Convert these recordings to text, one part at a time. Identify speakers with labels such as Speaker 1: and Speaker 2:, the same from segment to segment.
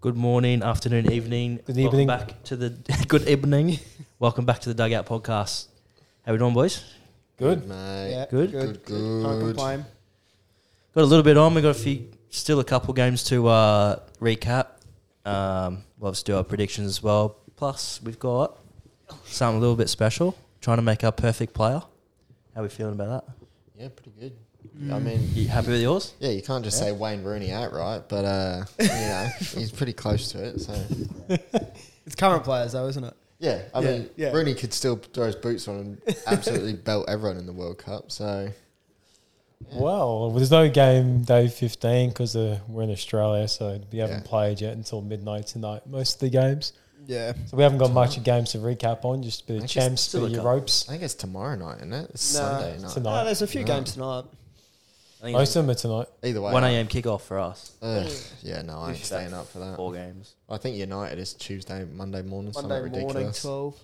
Speaker 1: Good morning, afternoon, evening.
Speaker 2: Good
Speaker 1: Welcome
Speaker 2: evening.
Speaker 1: back to the good evening. Welcome back to the Dugout Podcast. How we doing, boys?
Speaker 2: Good.
Speaker 3: mate.
Speaker 2: Yeah,
Speaker 1: Good.
Speaker 3: Good,
Speaker 2: Can't
Speaker 3: good.
Speaker 2: complain.
Speaker 1: Got a little bit on. We got a few, still a couple games to uh, recap. Um, we'll obviously do our predictions as well. Plus, we've got something a little bit special. Trying to make our perfect player. How we feeling about that?
Speaker 3: Yeah, pretty good. I mean,
Speaker 1: You happy with yours?
Speaker 3: yeah, you can't just say Wayne Rooney outright, but uh, you know, he's pretty close to it. So
Speaker 4: It's current players though, isn't it?
Speaker 3: yeah, I
Speaker 4: Yeah,
Speaker 3: mean,
Speaker 4: yeah.
Speaker 3: Rooney could still throw his boots on and absolutely belt everyone in the World Cup. So
Speaker 2: Well, there's no game day 15 because uh, we're in Australia, so we haven't
Speaker 3: Yeah.
Speaker 2: played yet until midnight tonight, most of the games.
Speaker 4: Yeah.
Speaker 2: So we haven't got much of games to recap on, just a bit of
Speaker 3: Actually,
Speaker 2: champs,
Speaker 1: still
Speaker 2: bit of
Speaker 1: a
Speaker 2: your
Speaker 1: couple.
Speaker 2: ropes
Speaker 3: I think it's tomorrow night, isn't it? It's
Speaker 4: No,
Speaker 3: Sunday night.
Speaker 2: tonight.
Speaker 4: No, there's a few
Speaker 3: No.
Speaker 4: games tonight.
Speaker 1: I think
Speaker 2: Most of them are tonight.
Speaker 3: Either way,
Speaker 1: one a.m. kickoff for us.
Speaker 3: Ugh, yeah, no, I
Speaker 1: We
Speaker 3: ain't
Speaker 1: should have
Speaker 3: staying up for that.
Speaker 1: Four games.
Speaker 3: I think United is Tuesday, Monday morning,
Speaker 4: Monday
Speaker 3: something ridiculous.
Speaker 4: morning, twelve.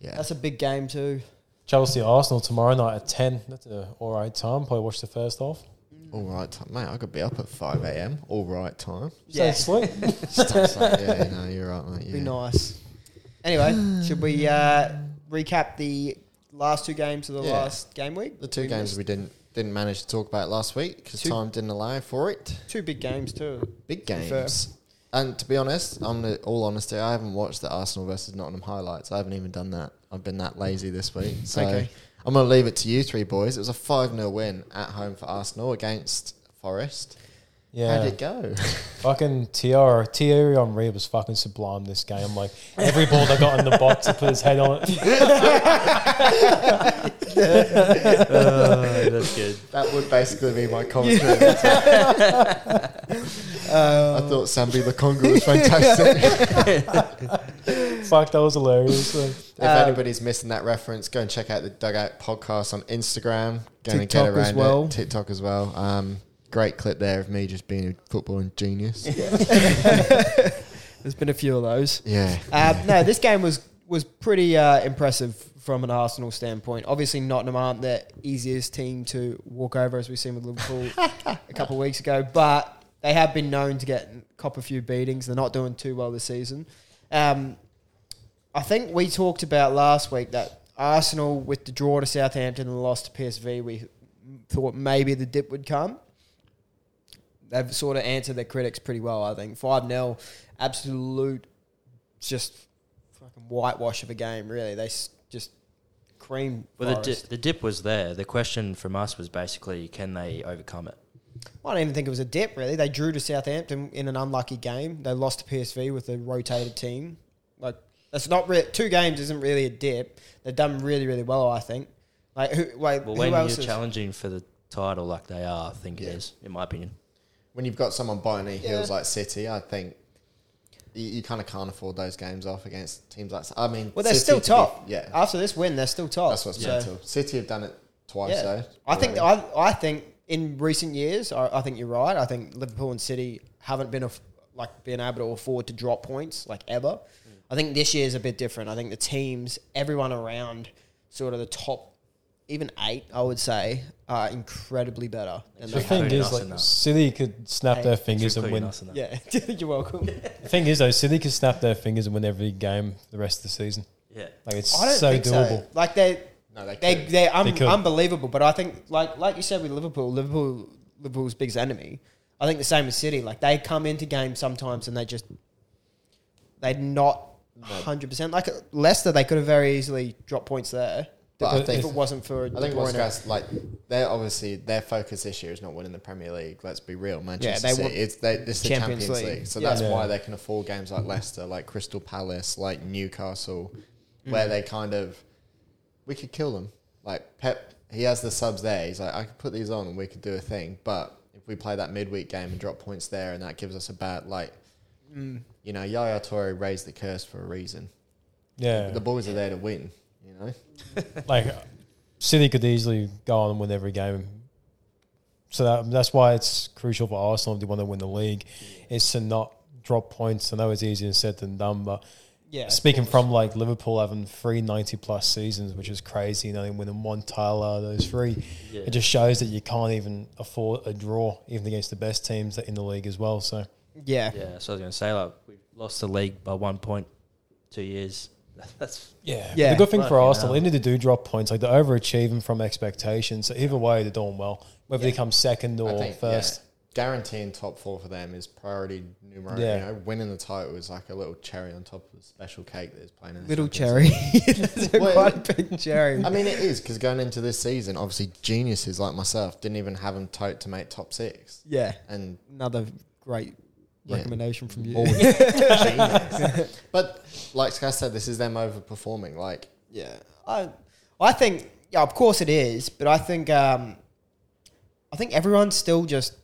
Speaker 3: Yeah,
Speaker 4: That's a big game too.
Speaker 2: Chelsea Arsenal tomorrow night at 10. That's an all right time. Probably watch the first half.
Speaker 3: all right, time. mate. I could be up at five a.m. All right time.
Speaker 4: Yeah,
Speaker 2: Stay asleep.
Speaker 3: Stuff like- yeah, no, you're right, mate.
Speaker 4: be
Speaker 3: yeah.
Speaker 4: nice. Anyway, should we uh, recap the last two games of the
Speaker 3: Yeah.
Speaker 4: last game week?
Speaker 3: The two
Speaker 4: We
Speaker 3: games we
Speaker 4: missed
Speaker 3: didn't didn't manage to talk about last week because
Speaker 4: Two-
Speaker 3: time didn't allow for it.
Speaker 4: Two big games too.
Speaker 3: Big
Speaker 4: be fair.
Speaker 3: games. And to be honest, I'm gonna, all honesty, I haven't watched the Arsenal versus Nottingham highlights. I haven't even done that. I've been that lazy this week. So
Speaker 4: Okay.
Speaker 3: I'm going to leave it to you three boys. It was a 5 0 win at home for Arsenal against Forest. How'd
Speaker 2: Yeah.
Speaker 3: it go?
Speaker 2: Fucking Thierry, Thierry Henry was fucking sublime this game. Like every ball they got in the box, he put his head on it.
Speaker 1: Oh, that's good.
Speaker 3: that would basically be my commentary. I thought Sambi Lakonga was fantastic.
Speaker 2: Fuck, that was hilarious. Like,
Speaker 3: if
Speaker 4: Uh,
Speaker 3: anybody's missing that reference, go and check out the Dugout podcast on Instagram. Going to get
Speaker 4: TikTok
Speaker 3: around
Speaker 4: as well.
Speaker 3: it. TikTok as well. Um, great clip there of me just being a footballing genius.
Speaker 4: There's been a few of those.
Speaker 3: yeah.
Speaker 4: Uh, no, this game was was pretty uh, impressive from an Arsenal standpoint. Obviously, Nottingham aren't the easiest team to walk over, as we've seen with Liverpool a couple of weeks ago, but they have been known to get cop a few beatings. They're not doing too well this season. Um, I think we talked about last week that Arsenal, with the draw to Southampton and the loss to PSV, we thought maybe the dip would come. They've sort of answered their critics pretty well, I think. 5 0, absolute just fucking whitewash of a game, really. They s- just creamed.
Speaker 1: Well, the,
Speaker 4: Forest.
Speaker 1: di- the dip was there. The question from us was basically, can they overcome it?
Speaker 4: I don't even think it was a dip, really. They drew to Southampton in an unlucky game. They lost to PSV with a rotated team. Like that's not re- two games isn't really a dip. They've done really, really well, I think. Like who? Wait,
Speaker 1: Well,
Speaker 4: who
Speaker 1: when you're
Speaker 4: else? Is,
Speaker 1: challenging for the title like they are, I think
Speaker 3: Yeah.
Speaker 1: it is, in my opinion.
Speaker 3: When you've got someone biting their heels
Speaker 4: Yeah.
Speaker 3: like City, I think you, you kind of can't afford those games off against teams like. I mean,
Speaker 4: well, they're
Speaker 3: City
Speaker 4: still
Speaker 3: to be-
Speaker 4: top. Uh,
Speaker 3: yeah,
Speaker 4: After this win, they're still top.
Speaker 3: that's what's
Speaker 4: So,
Speaker 3: mental. City have done it twice,
Speaker 4: yeah.
Speaker 3: though.
Speaker 4: I think
Speaker 3: already.
Speaker 4: I, I think in recent years, I, I think you're right. I think Liverpool and City haven't been aff- like been able to afford to drop points like ever. I think this year is a bit different. I think the teams, everyone around, sort of the top, even eight, I would say, are incredibly better.
Speaker 2: The
Speaker 4: Than they
Speaker 1: They're
Speaker 2: thing
Speaker 1: hurting
Speaker 2: is,
Speaker 1: us
Speaker 2: like,
Speaker 1: enough.
Speaker 2: City could snap
Speaker 4: Hey,
Speaker 2: their fingers and
Speaker 1: Including
Speaker 2: win.
Speaker 1: us in that.
Speaker 4: yeah, you're welcome.
Speaker 2: The thing is, though, City could snap their fingers and win every game the rest of the season.
Speaker 1: Yeah.
Speaker 2: Like it's
Speaker 4: I don't
Speaker 2: so
Speaker 4: think
Speaker 2: doable.
Speaker 4: so. Like they,
Speaker 3: No, they
Speaker 4: they,
Speaker 3: could.
Speaker 4: they're un-
Speaker 2: They could.
Speaker 4: unbelievable. But I think, like, like you said with Liverpool, Liverpool, Liverpool's biggest enemy. I think the same with City. Like they come into games sometimes and they just, they're not hundred percent. Like Leicester, they could have very easily dropped points there.
Speaker 3: But I think
Speaker 4: if it wasn't for De
Speaker 3: I think what's
Speaker 4: Bruyne.
Speaker 3: guys like they're obviously their focus this year is not winning the Premier League. Let's be real, Manchester
Speaker 4: they want
Speaker 3: City. It's they, this is the
Speaker 4: Champions
Speaker 3: Champions,
Speaker 4: League.
Speaker 3: League. so
Speaker 4: Yeah.
Speaker 3: that's
Speaker 2: Yeah.
Speaker 3: why they can afford games like Leicester, like Crystal Palace, like Newcastle, where they kind of we could kill them. Like Pep, he has the subs there. He's like, I could put these on and we could do a thing. But if we play that midweek game and drop points there, and that gives us a bad like,
Speaker 4: mm,
Speaker 3: you know, Yaya Torre raised the curse for a reason.
Speaker 2: Yeah,
Speaker 3: The boys are there to win. You know,
Speaker 2: like City could easily go on and win every game. So that, that's why it's crucial for Arsenal if they want to win the league, is to not drop points. I know it's easier said than done, but
Speaker 4: yeah,
Speaker 2: speaking from like Liverpool having three 90 plus seasons, which is crazy, and only winning one title out of those three,
Speaker 1: Yeah.
Speaker 2: it just shows that you can't even afford a draw, even against the best teams in the league as well. So
Speaker 4: Yeah.
Speaker 1: Yeah, so I was going to say, like, we lost the league by one point, two years. That's
Speaker 2: Yeah.
Speaker 4: Yeah.
Speaker 2: The good thing for
Speaker 1: Fucking
Speaker 2: Arsenal,
Speaker 1: hell.
Speaker 2: they need to do drop points. Like they're overachieving from expectations. So either way, they're doing well. Whether they come second
Speaker 3: I
Speaker 2: or
Speaker 3: think,
Speaker 2: first.
Speaker 3: yeah, guaranteeing top four for them is priority numero.
Speaker 2: Yeah.
Speaker 3: You know, winning the title is like a little cherry on top of the special cake that is playing. In the
Speaker 4: Little
Speaker 3: Champions
Speaker 4: cherry. It's
Speaker 3: Well-
Speaker 4: quite a big cherry.
Speaker 3: League. I mean, it is because going into this season, obviously geniuses like myself didn't even have them tote to make top six,
Speaker 4: Yeah.
Speaker 3: and
Speaker 4: Another great
Speaker 3: Yeah.
Speaker 4: recommendation from you.
Speaker 3: all genius. But like Sky said, this is them overperforming. Like
Speaker 4: Yeah, I, I think yeah, of course it is, but I think um, I think everyone's still just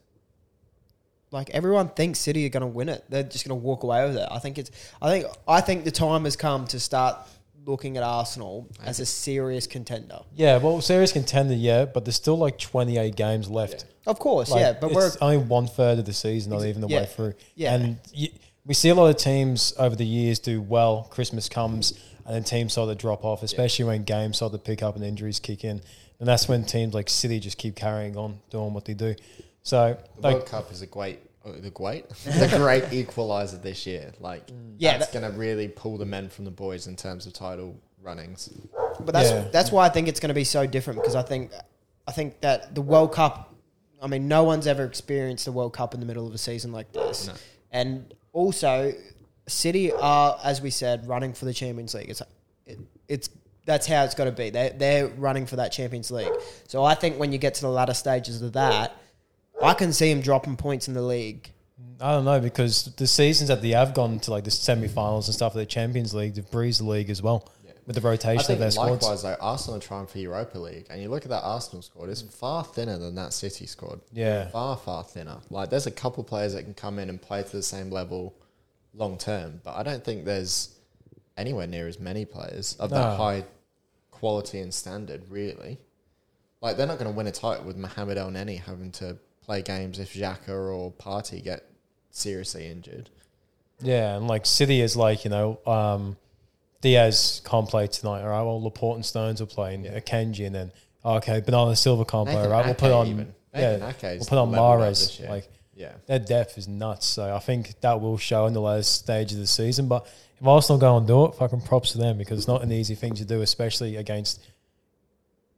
Speaker 4: like everyone thinks City are going to win it. They're just going to walk away with it. I think it's. I think I think the time has come to start looking at Arsenal as a serious contender.
Speaker 2: Yeah. well, serious contender, yeah, but there's still like 28 games left.
Speaker 4: Of course,
Speaker 2: Like,
Speaker 4: yeah, but we're
Speaker 2: it's only one third of the season, not even the
Speaker 4: yeah,
Speaker 2: way through.
Speaker 4: yeah.
Speaker 2: and you, we see a lot of teams over the years do well. Christmas comes, and then teams start to drop off, especially when games start to pick up and injuries kick in, and that's when teams like City just keep carrying on doing what they do. So,
Speaker 3: the
Speaker 2: like,
Speaker 3: World Cup is a great. oh, The great, the great equalizer this year. Like,
Speaker 4: Yeah,
Speaker 3: that's
Speaker 4: that-
Speaker 3: going to really pull the men from the boys in terms of title runnings.
Speaker 4: But that's
Speaker 2: Yeah.
Speaker 4: that's why I think it's going to be so different because I think I think that the World Cup. I mean, no one's ever experienced the World Cup in the middle of a season like this, and also City are, as we said, running for the Champions League. It's it, it's that's how it's got to be. They they're running for that Champions League. So I think when you get to the latter stages of that, I can see them dropping points in the league.
Speaker 2: I don't know because the seasons that they have gone to like the semi-finals and stuff of the Champions League, they've breezed the league as well with the
Speaker 3: I
Speaker 2: rotation of
Speaker 3: think
Speaker 2: their squads.
Speaker 3: likewise, though, Arsenal are trying for Europa League, and you look at that Arsenal squad; it's far thinner than that City squad.
Speaker 2: Yeah.
Speaker 3: far far thinner. Like, there's a couple players that can come in and play to the same level long term, but I don't think there's anywhere near as many players of
Speaker 2: No.
Speaker 3: that high quality and standard. Really, like they're not going to win a title with Mohamed El Neni having to play games if Xhaka or Party get seriously injured.
Speaker 2: Yeah, and like City is like, you know, um, Diaz can't play tonight, all right? Well, Laporte and Stones will play, and Akanji, and then, okay, Banana Silva can't play, all
Speaker 3: Nathan
Speaker 2: right? We'll put
Speaker 3: Ake
Speaker 2: on,
Speaker 3: even. Nathan
Speaker 2: yeah,
Speaker 3: Ake's
Speaker 2: we'll put on
Speaker 3: leveled up
Speaker 2: Mares.
Speaker 3: this year.
Speaker 2: Like,
Speaker 3: Yeah.
Speaker 2: their depth is nuts. So I think that will show in the last stage of the season. But if Arsenal go and do it, fucking props to them because it's not an easy thing to do, especially against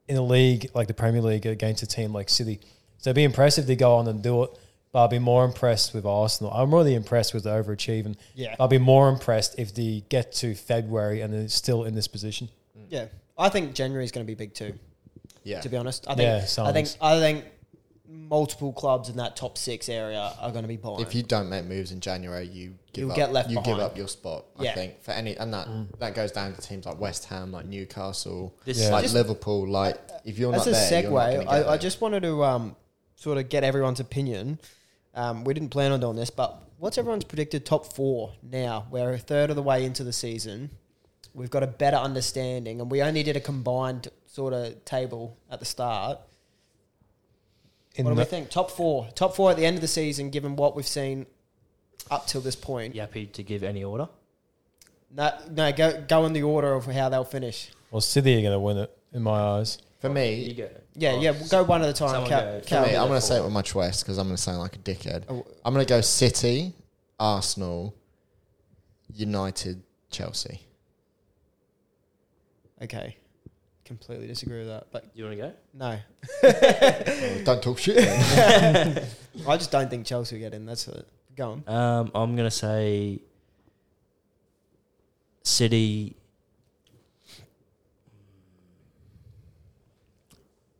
Speaker 2: in a league like the Premier League against a team like City. So it'd be impressive to go on and do it. But I'll be more impressed with Arsenal. I'm really impressed with the overachieving.
Speaker 4: Yeah.
Speaker 2: I'll be more impressed if they get to February and they're still in this position.
Speaker 4: Yeah, I think January is going to be big too.
Speaker 3: Yeah.
Speaker 4: to be honest. I think
Speaker 2: Yeah,
Speaker 4: I think
Speaker 2: sounds-
Speaker 4: I think multiple clubs in that top six area are going to be buying.
Speaker 3: If you don't make moves in January, you give
Speaker 4: You'll
Speaker 3: up,
Speaker 4: get left
Speaker 3: You
Speaker 4: behind.
Speaker 3: give up your spot.
Speaker 4: Yeah.
Speaker 3: I think for any, and that that goes down to teams like West Ham, like Newcastle,
Speaker 1: This is
Speaker 3: like
Speaker 4: just-
Speaker 3: Liverpool. Like if you're
Speaker 4: That's
Speaker 3: not
Speaker 4: a
Speaker 3: there, you're not
Speaker 4: segue.
Speaker 3: gonna
Speaker 4: I,
Speaker 3: get
Speaker 4: I
Speaker 3: there.
Speaker 4: just wanted to um, sort of get everyone's opinion. Um, we didn't plan on doing this, but what's everyone's predicted top four now? We're a third of the way into the season. We've got a better understanding, and we only did a combined sort of table at the start.
Speaker 2: In
Speaker 4: what do we
Speaker 2: the-
Speaker 4: think? Top four. Top four at the end of the season, given what we've seen up till this point.
Speaker 1: yappy to give any order.
Speaker 4: No, no go, go in the order of how they'll finish.
Speaker 2: well, City are going to win it in my eyes.
Speaker 3: for
Speaker 1: You
Speaker 3: me,
Speaker 1: go.
Speaker 4: Yeah, yeah, we'll go one at a time.
Speaker 1: Someone
Speaker 4: Cal,
Speaker 1: go.
Speaker 4: Cal.
Speaker 3: me, I'm
Speaker 1: Liverpool.
Speaker 3: gonna say it with my chest because I'm gonna sound like a dickhead.
Speaker 4: Oh.
Speaker 3: I'm gonna go City, Arsenal, United, Chelsea.
Speaker 4: Okay, completely disagree with that, but
Speaker 1: You want to go?
Speaker 4: no,
Speaker 3: Don't talk shit. then.
Speaker 4: I just don't think Chelsea will get in. That's it. Go on.
Speaker 1: Um, I'm gonna say City, Hmm.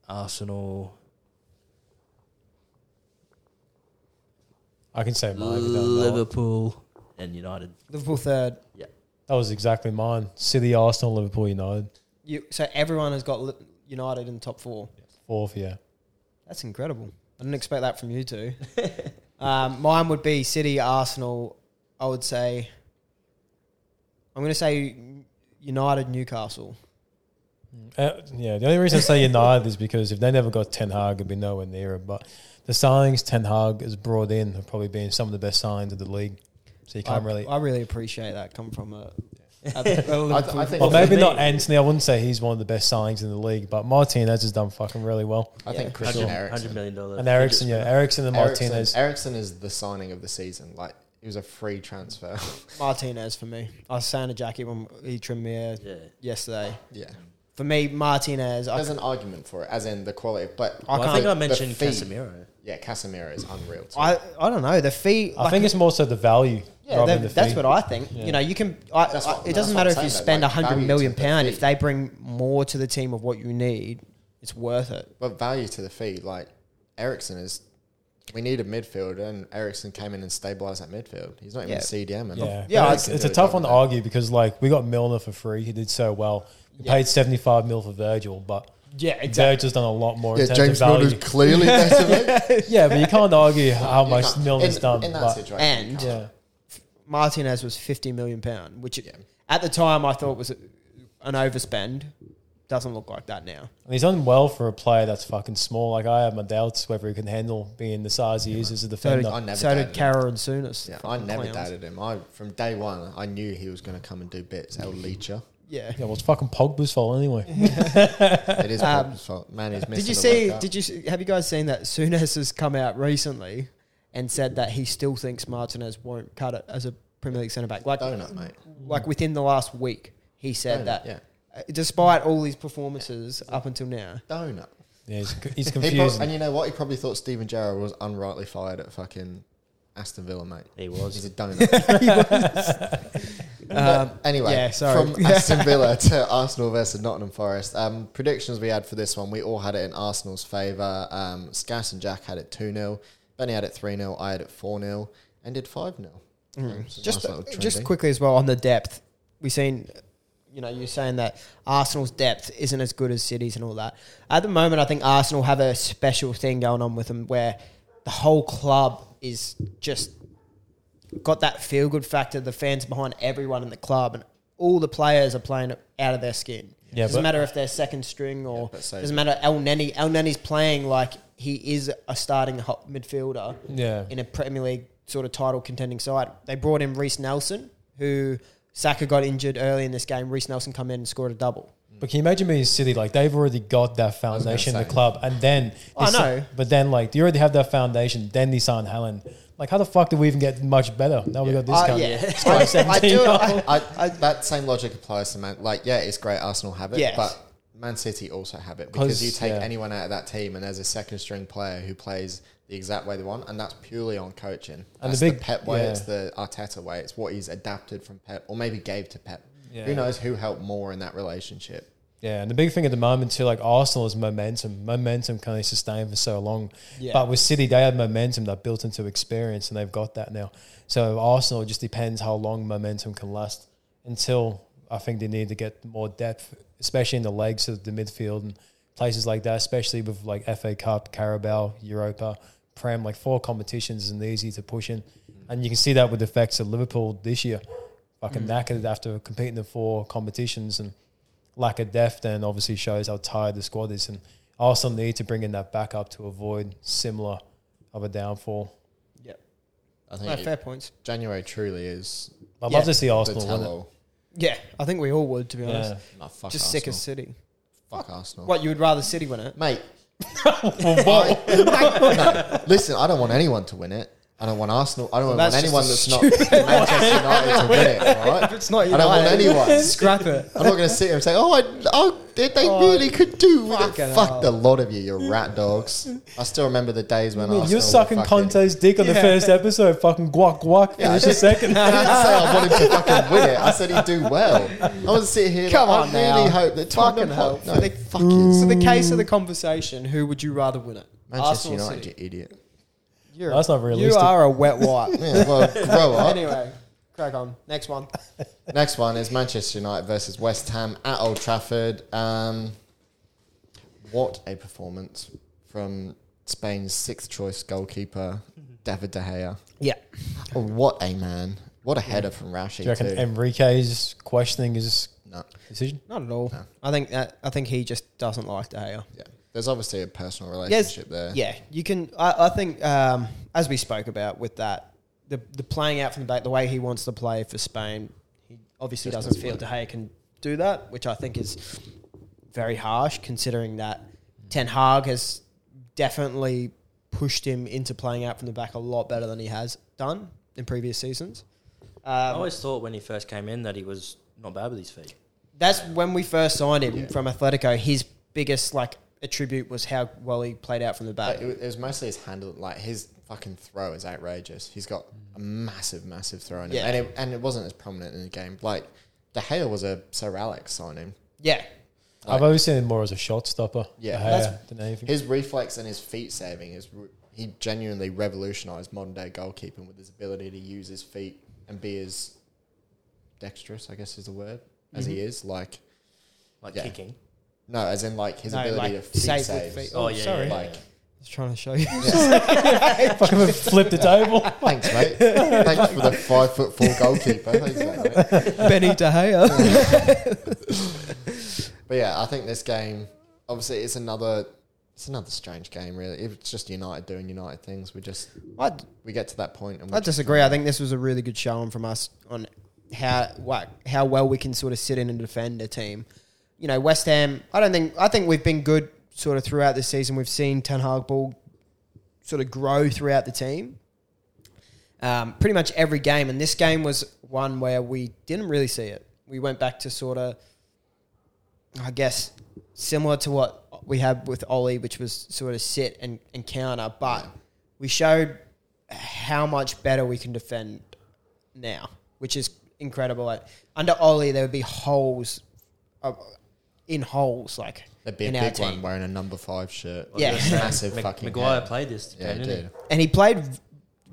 Speaker 1: Arsenal.
Speaker 2: I can say mine. if you don't know it.
Speaker 1: Liverpool and United.
Speaker 4: Liverpool third.
Speaker 2: That was exactly mine. City, Arsenal, Liverpool, United.
Speaker 4: You, so everyone has got Li- United in top four.
Speaker 2: Fourth, yeah.
Speaker 4: That's incredible. I didn't expect that from you two. um, mine would be City, Arsenal. I would say. I'm going to say United, Newcastle.
Speaker 2: Uh, yeah, the only reason I say United is because if they never got Ten Hag, it'd be nowhere near it. But the signings Ten Hag has brought in have probably been some of the best signings of the league. So you can't
Speaker 4: I,
Speaker 2: really.
Speaker 4: I really appreciate that coming from a. a- a
Speaker 3: I,
Speaker 4: Liverpool
Speaker 3: I think.
Speaker 2: well,
Speaker 1: for
Speaker 2: maybe
Speaker 1: me-
Speaker 2: not Anthony. I wouldn't say he's one of the best signings in the league, but Martinez has done fucking really well.
Speaker 3: I think
Speaker 4: Yeah.
Speaker 3: Christian
Speaker 1: $100
Speaker 3: Eriksen.
Speaker 1: million dollars.
Speaker 2: And Ericsson, yeah, Ericsson and
Speaker 3: Eriksen,
Speaker 2: Martinez.
Speaker 3: Eriksen is the signing of the season. Like He was a free transfer.
Speaker 4: Martinez for me. I was saying to Jackie when he trimmed me hair
Speaker 1: Yeah.
Speaker 4: yesterday.
Speaker 3: yeah.
Speaker 4: For me, Martinez. I,
Speaker 3: There's an argument for it, as in the quality. But
Speaker 4: I
Speaker 1: Well, I think
Speaker 4: can't-
Speaker 1: I mentioned
Speaker 3: the fee.
Speaker 1: Casemiro.
Speaker 3: yeah, Casemiro is unreal. Too.
Speaker 4: I, I don't know. The fee.
Speaker 2: I think it's more so the value.
Speaker 4: Yeah,
Speaker 2: rather
Speaker 4: they-
Speaker 2: than the
Speaker 4: that's
Speaker 2: fee.
Speaker 4: what I think.
Speaker 2: Yeah.
Speaker 4: You know, you can. I,
Speaker 3: That's
Speaker 4: I-
Speaker 3: what-
Speaker 4: it
Speaker 3: that's
Speaker 4: doesn't
Speaker 3: what
Speaker 4: matter
Speaker 3: I'm
Speaker 4: if you
Speaker 3: saying, though,
Speaker 4: spend a
Speaker 3: like,
Speaker 4: hundred
Speaker 3: value
Speaker 4: million
Speaker 3: to the
Speaker 4: pound.
Speaker 3: fee.
Speaker 4: If they bring more to the team of what you need, it's worth it.
Speaker 3: But value to the fee, like Ericsson is. We need a midfielder, and Ericsson came in and stabilised that midfield. He's not even
Speaker 4: Yeah.
Speaker 3: a CDM. And
Speaker 2: Yeah,
Speaker 4: Yeah,
Speaker 2: But
Speaker 4: I
Speaker 2: it's,
Speaker 4: can
Speaker 2: it's a tough one to argue because like we got Milner for free. He did so well. We
Speaker 4: Yeah.
Speaker 2: paid seventy five mil for Virgil, but
Speaker 4: Yeah,
Speaker 2: Virgil's done a lot more
Speaker 3: Yeah,
Speaker 2: in terms
Speaker 3: James
Speaker 2: of value.
Speaker 3: Milner's clearly better. Than
Speaker 2: yeah, but you can't argue how
Speaker 3: You
Speaker 2: much
Speaker 3: can't-
Speaker 2: Milner's
Speaker 3: in,
Speaker 2: done.
Speaker 3: in that
Speaker 2: but-
Speaker 3: situation. you
Speaker 4: And
Speaker 3: can't.
Speaker 2: yeah,
Speaker 4: Martinez was fifty million pound, which
Speaker 3: Yeah.
Speaker 4: at the time I thought was a- an overspend. Doesn't look like that now.
Speaker 2: and he's done well for a player that's fucking small. Like I have my doubts whether he can handle being the size he is as a
Speaker 4: So did,
Speaker 2: defender.
Speaker 3: I never
Speaker 4: so did
Speaker 3: doubted him.
Speaker 4: Kara and Souness.
Speaker 3: Yeah, I
Speaker 4: Fucking
Speaker 3: never
Speaker 4: clowns.
Speaker 3: doubted him. I from day one, I knew he was going to come and do bits. El Leacher.
Speaker 4: Yeah.
Speaker 2: yeah, well, it's fucking Pogba's fault anyway.
Speaker 3: It is
Speaker 4: Um,
Speaker 3: Pogba's fault. Man, he's missing.
Speaker 4: Did you
Speaker 3: the
Speaker 4: see?
Speaker 3: workout.
Speaker 4: Did you see, have you guys seen that Souness has come out recently and said that he still thinks Martinez won't cut it as a Premier League centre back? Like
Speaker 3: donut, mate?
Speaker 4: like within the last week, he said
Speaker 3: Donut,
Speaker 4: that.
Speaker 3: yeah.
Speaker 4: Uh, Despite all his performances up until now,
Speaker 3: Donut.
Speaker 2: yeah, he's, he's
Speaker 3: He prob-
Speaker 2: confusing.
Speaker 3: and you know what? He probably thought Steven Gerrard was unrightly fired at fucking Aston Villa, mate.
Speaker 1: He was.
Speaker 3: He's a donut. But anyway,
Speaker 4: yeah, sorry.
Speaker 3: from Aston Villa to Arsenal versus Nottingham Forest. Um, predictions we had for this one, we all had it in Arsenal's favour. Um, Scouse and Jack had it 2 0. Benny had it 3 0. I had it 4 0. And did 5 0.
Speaker 4: Mm. just just quickly as well on the depth, we seen. You know, you're saying that Arsenal's depth isn't as good as City's and all that. At the moment, I think Arsenal have a special thing going on with them where the whole club is just got that feel good factor. The fans behind everyone in the club and all the players are playing out of their skin.
Speaker 2: Yeah,
Speaker 4: doesn't
Speaker 2: but-
Speaker 4: matter if they're second string or
Speaker 3: but so-
Speaker 4: doesn't matter. El Nenny, El Nenny's playing like he is a starting ho- midfielder
Speaker 2: yeah,
Speaker 4: in a Premier League sort of title contending side. They brought in Reese Nelson, who Saka got injured early in this game. Reese Nelson come in and scored a double.
Speaker 2: But can you imagine being City? Like they've already got that
Speaker 3: was gonna
Speaker 2: foundation, the
Speaker 3: say. Oh,
Speaker 2: club, and then
Speaker 4: I
Speaker 2: they si-
Speaker 4: know.
Speaker 2: But then, like, you already have that foundation. Then they sign Helen. Like, how the fuck did we even get much better? Now we got this
Speaker 3: Ah,
Speaker 4: Uh,
Speaker 2: guy.
Speaker 4: yeah.
Speaker 2: This guy's
Speaker 4: I
Speaker 2: 17.
Speaker 4: do. I,
Speaker 3: I, that same logic applies to Man. Like, yeah, it's great Arsenal have it,
Speaker 4: Yes.
Speaker 3: but Man City also have it because
Speaker 2: 'Cause,
Speaker 3: you take
Speaker 2: yeah.
Speaker 3: anyone out of that team and there's a second string player who plays the exact way they want, and that's purely on coaching.
Speaker 2: And the
Speaker 3: That's
Speaker 2: big-
Speaker 3: Pep way,
Speaker 2: yeah.
Speaker 3: it's the Arteta way, it's what he's adapted from Pep or maybe gave to Pep.
Speaker 2: Yeah.
Speaker 3: Who knows who helped more in that relationship?
Speaker 2: Yeah, and the big thing at the moment too, like Arsenal is momentum. Momentum can only sustain for so long.
Speaker 4: Yeah.
Speaker 2: But with City, they had momentum that built into experience, and they've got that now. So Arsenal it just depends how long momentum can last. Until I think they need to get more depth, especially in the legs of the midfield and places like that. Especially with like FA Cup, Carabao, Europa, Prem, like four competitions isn't easy to push in, and you can see that with the effects of Liverpool this year. Fucking knackered after competing in four competitions and lack of depth then obviously shows how tired the squad is and Arsenal need to bring in that back up to avoid similar of a downfall.
Speaker 4: yeah,
Speaker 3: I think
Speaker 4: no,
Speaker 3: it-
Speaker 4: fair points.
Speaker 3: January truly is
Speaker 2: I'd
Speaker 4: Yeah.
Speaker 2: love to see
Speaker 3: the
Speaker 2: Arsenal win it.
Speaker 3: tell-all.
Speaker 4: Yeah, I think we all would, to be honest.
Speaker 2: Yeah.
Speaker 3: Nah, fuck
Speaker 4: Just sick
Speaker 3: Arsenal.
Speaker 4: of City.
Speaker 3: fuck Arsenal.
Speaker 4: What you would rather City win it?
Speaker 3: Mate,
Speaker 2: Well,
Speaker 3: Listen, I don't want anyone to win it. I don't want Arsenal. I don't
Speaker 4: Well,
Speaker 3: want
Speaker 4: that's
Speaker 3: anyone that's
Speaker 4: just
Speaker 3: not Manchester United to win it. All right?
Speaker 4: It's not.
Speaker 3: I don't want
Speaker 4: United.
Speaker 3: anyone.
Speaker 4: Scrap it.
Speaker 3: I'm not going to sit here and say, "Oh, I, oh, they, they
Speaker 4: Oh,
Speaker 3: really could do." With it.
Speaker 4: fucking hell.
Speaker 3: Fuck the lot of you, you rat dogs. I still remember the days when Arsenal
Speaker 2: you're
Speaker 3: were
Speaker 2: sucking
Speaker 3: fucking-
Speaker 2: Conte's dick on the
Speaker 4: Yeah.
Speaker 2: first episode. Fucking guac guac.
Speaker 3: Yeah, I
Speaker 2: Finish the
Speaker 3: did.
Speaker 2: second.
Speaker 3: I didn't say I want him to fucking win it. I said he'd do well. I was sitting here.
Speaker 4: Come
Speaker 3: like,
Speaker 4: on
Speaker 3: I really
Speaker 4: now.
Speaker 3: hope that
Speaker 4: Fucking
Speaker 3: Tottenham
Speaker 4: hell.
Speaker 3: help. No,
Speaker 4: So they-
Speaker 3: they fuck you.
Speaker 4: So the case of the conversation: Who would you rather win it?
Speaker 3: Manchester
Speaker 4: Arsenal or
Speaker 3: United,
Speaker 4: City?
Speaker 3: you idiot.
Speaker 4: You're,
Speaker 2: That's not realistic.
Speaker 4: You are a wet wipe.
Speaker 3: Yeah, well, grow up.
Speaker 4: anyway, crack on. Next one.
Speaker 3: Next one is Manchester United versus West Ham at Old Trafford. Um, what a performance from Spain's sixth choice goalkeeper,
Speaker 2: Mm-hmm.
Speaker 3: David De Gea.
Speaker 4: Yeah.
Speaker 3: Oh, what a man. What a header from Rashi.
Speaker 2: Do you reckon
Speaker 3: too.
Speaker 2: Enrique's questioning his
Speaker 3: no.
Speaker 2: decision?
Speaker 4: Not at all.
Speaker 3: No.
Speaker 4: I think that I think he just doesn't like De Gea.
Speaker 3: Yeah. There's obviously a personal relationship there.
Speaker 4: Yeah, you can. I, I think um, as we spoke about with that, the the playing out from the back, the way he wants to play for Spain, he obviously
Speaker 3: Just
Speaker 4: doesn't
Speaker 3: doesn't
Speaker 4: feel
Speaker 3: work.
Speaker 4: De Gea can do that, which I think is very harsh, considering that Ten Hag has definitely pushed him into playing out from the back a lot better than he has done in previous seasons.
Speaker 1: I
Speaker 4: Um,
Speaker 1: always thought when he first came in that he was not bad with his feet.
Speaker 4: that's when we first signed him
Speaker 3: Yeah.
Speaker 4: from Atletico. His biggest like attribute was how well he played out from the back.
Speaker 3: Like, it, was, it was mostly his handle. Like his fucking throw is outrageous. He's got a
Speaker 2: Mm.
Speaker 3: massive, massive throw in him,
Speaker 4: Yeah.
Speaker 3: and it and it wasn't as prominent in the game. Like De Gea was a Sir Alex signing.
Speaker 4: yeah,
Speaker 2: I've always seen him more as a shot stopper.
Speaker 3: Yeah.
Speaker 2: Uh,
Speaker 4: That's-
Speaker 2: than anything.
Speaker 3: His reflex and his feet saving is re- he genuinely revolutionised modern day goalkeeping with his ability to use his feet and be as dexterous, I guess is the word, as
Speaker 4: Mm-hmm.
Speaker 3: he is. Like
Speaker 1: Like
Speaker 3: Yeah.
Speaker 1: kicking.
Speaker 3: no, as in like his
Speaker 4: No,
Speaker 3: ability
Speaker 4: like
Speaker 3: to feet
Speaker 4: save with
Speaker 3: save.
Speaker 4: feet.
Speaker 1: Oh,
Speaker 4: Oh,
Speaker 1: yeah.
Speaker 4: sorry.
Speaker 1: yeah,
Speaker 3: Like
Speaker 4: I was trying to show you.
Speaker 2: fucking flipped the table.
Speaker 3: thanks, mate. thanks for the five foot four goalkeeper. Thanks, mate.
Speaker 4: Benny De Gea.
Speaker 3: But yeah, I think this game obviously it's another it's another strange game really. It's just United doing United things. We just
Speaker 4: I,
Speaker 3: we get to that point and we
Speaker 4: I disagree. I think this was a really good showing from us on how what, how well we can sort of sit in and defend a team. You know, West Ham. I don't think I think we've been good sort of throughout this season. We've seen Ten Hag ball sort of grow throughout the team. um, pretty much every game. And this game was one where we didn't really see it. We went back to sort of, I guess, similar to what we had with Ollie, which was sort of sit and, and counter. But we showed how much better we can defend now, which is incredible. Like, under Ollie, there would be holes uh, in holes, like
Speaker 3: There'd be a
Speaker 4: in our
Speaker 3: big
Speaker 4: team.
Speaker 3: one wearing a number five shirt.
Speaker 4: Yeah.
Speaker 3: massive
Speaker 1: Mag-
Speaker 3: fucking.
Speaker 1: uh, Maguire
Speaker 3: head.
Speaker 1: played this.
Speaker 3: Yeah, he
Speaker 1: didn't he?
Speaker 3: did.
Speaker 4: and he played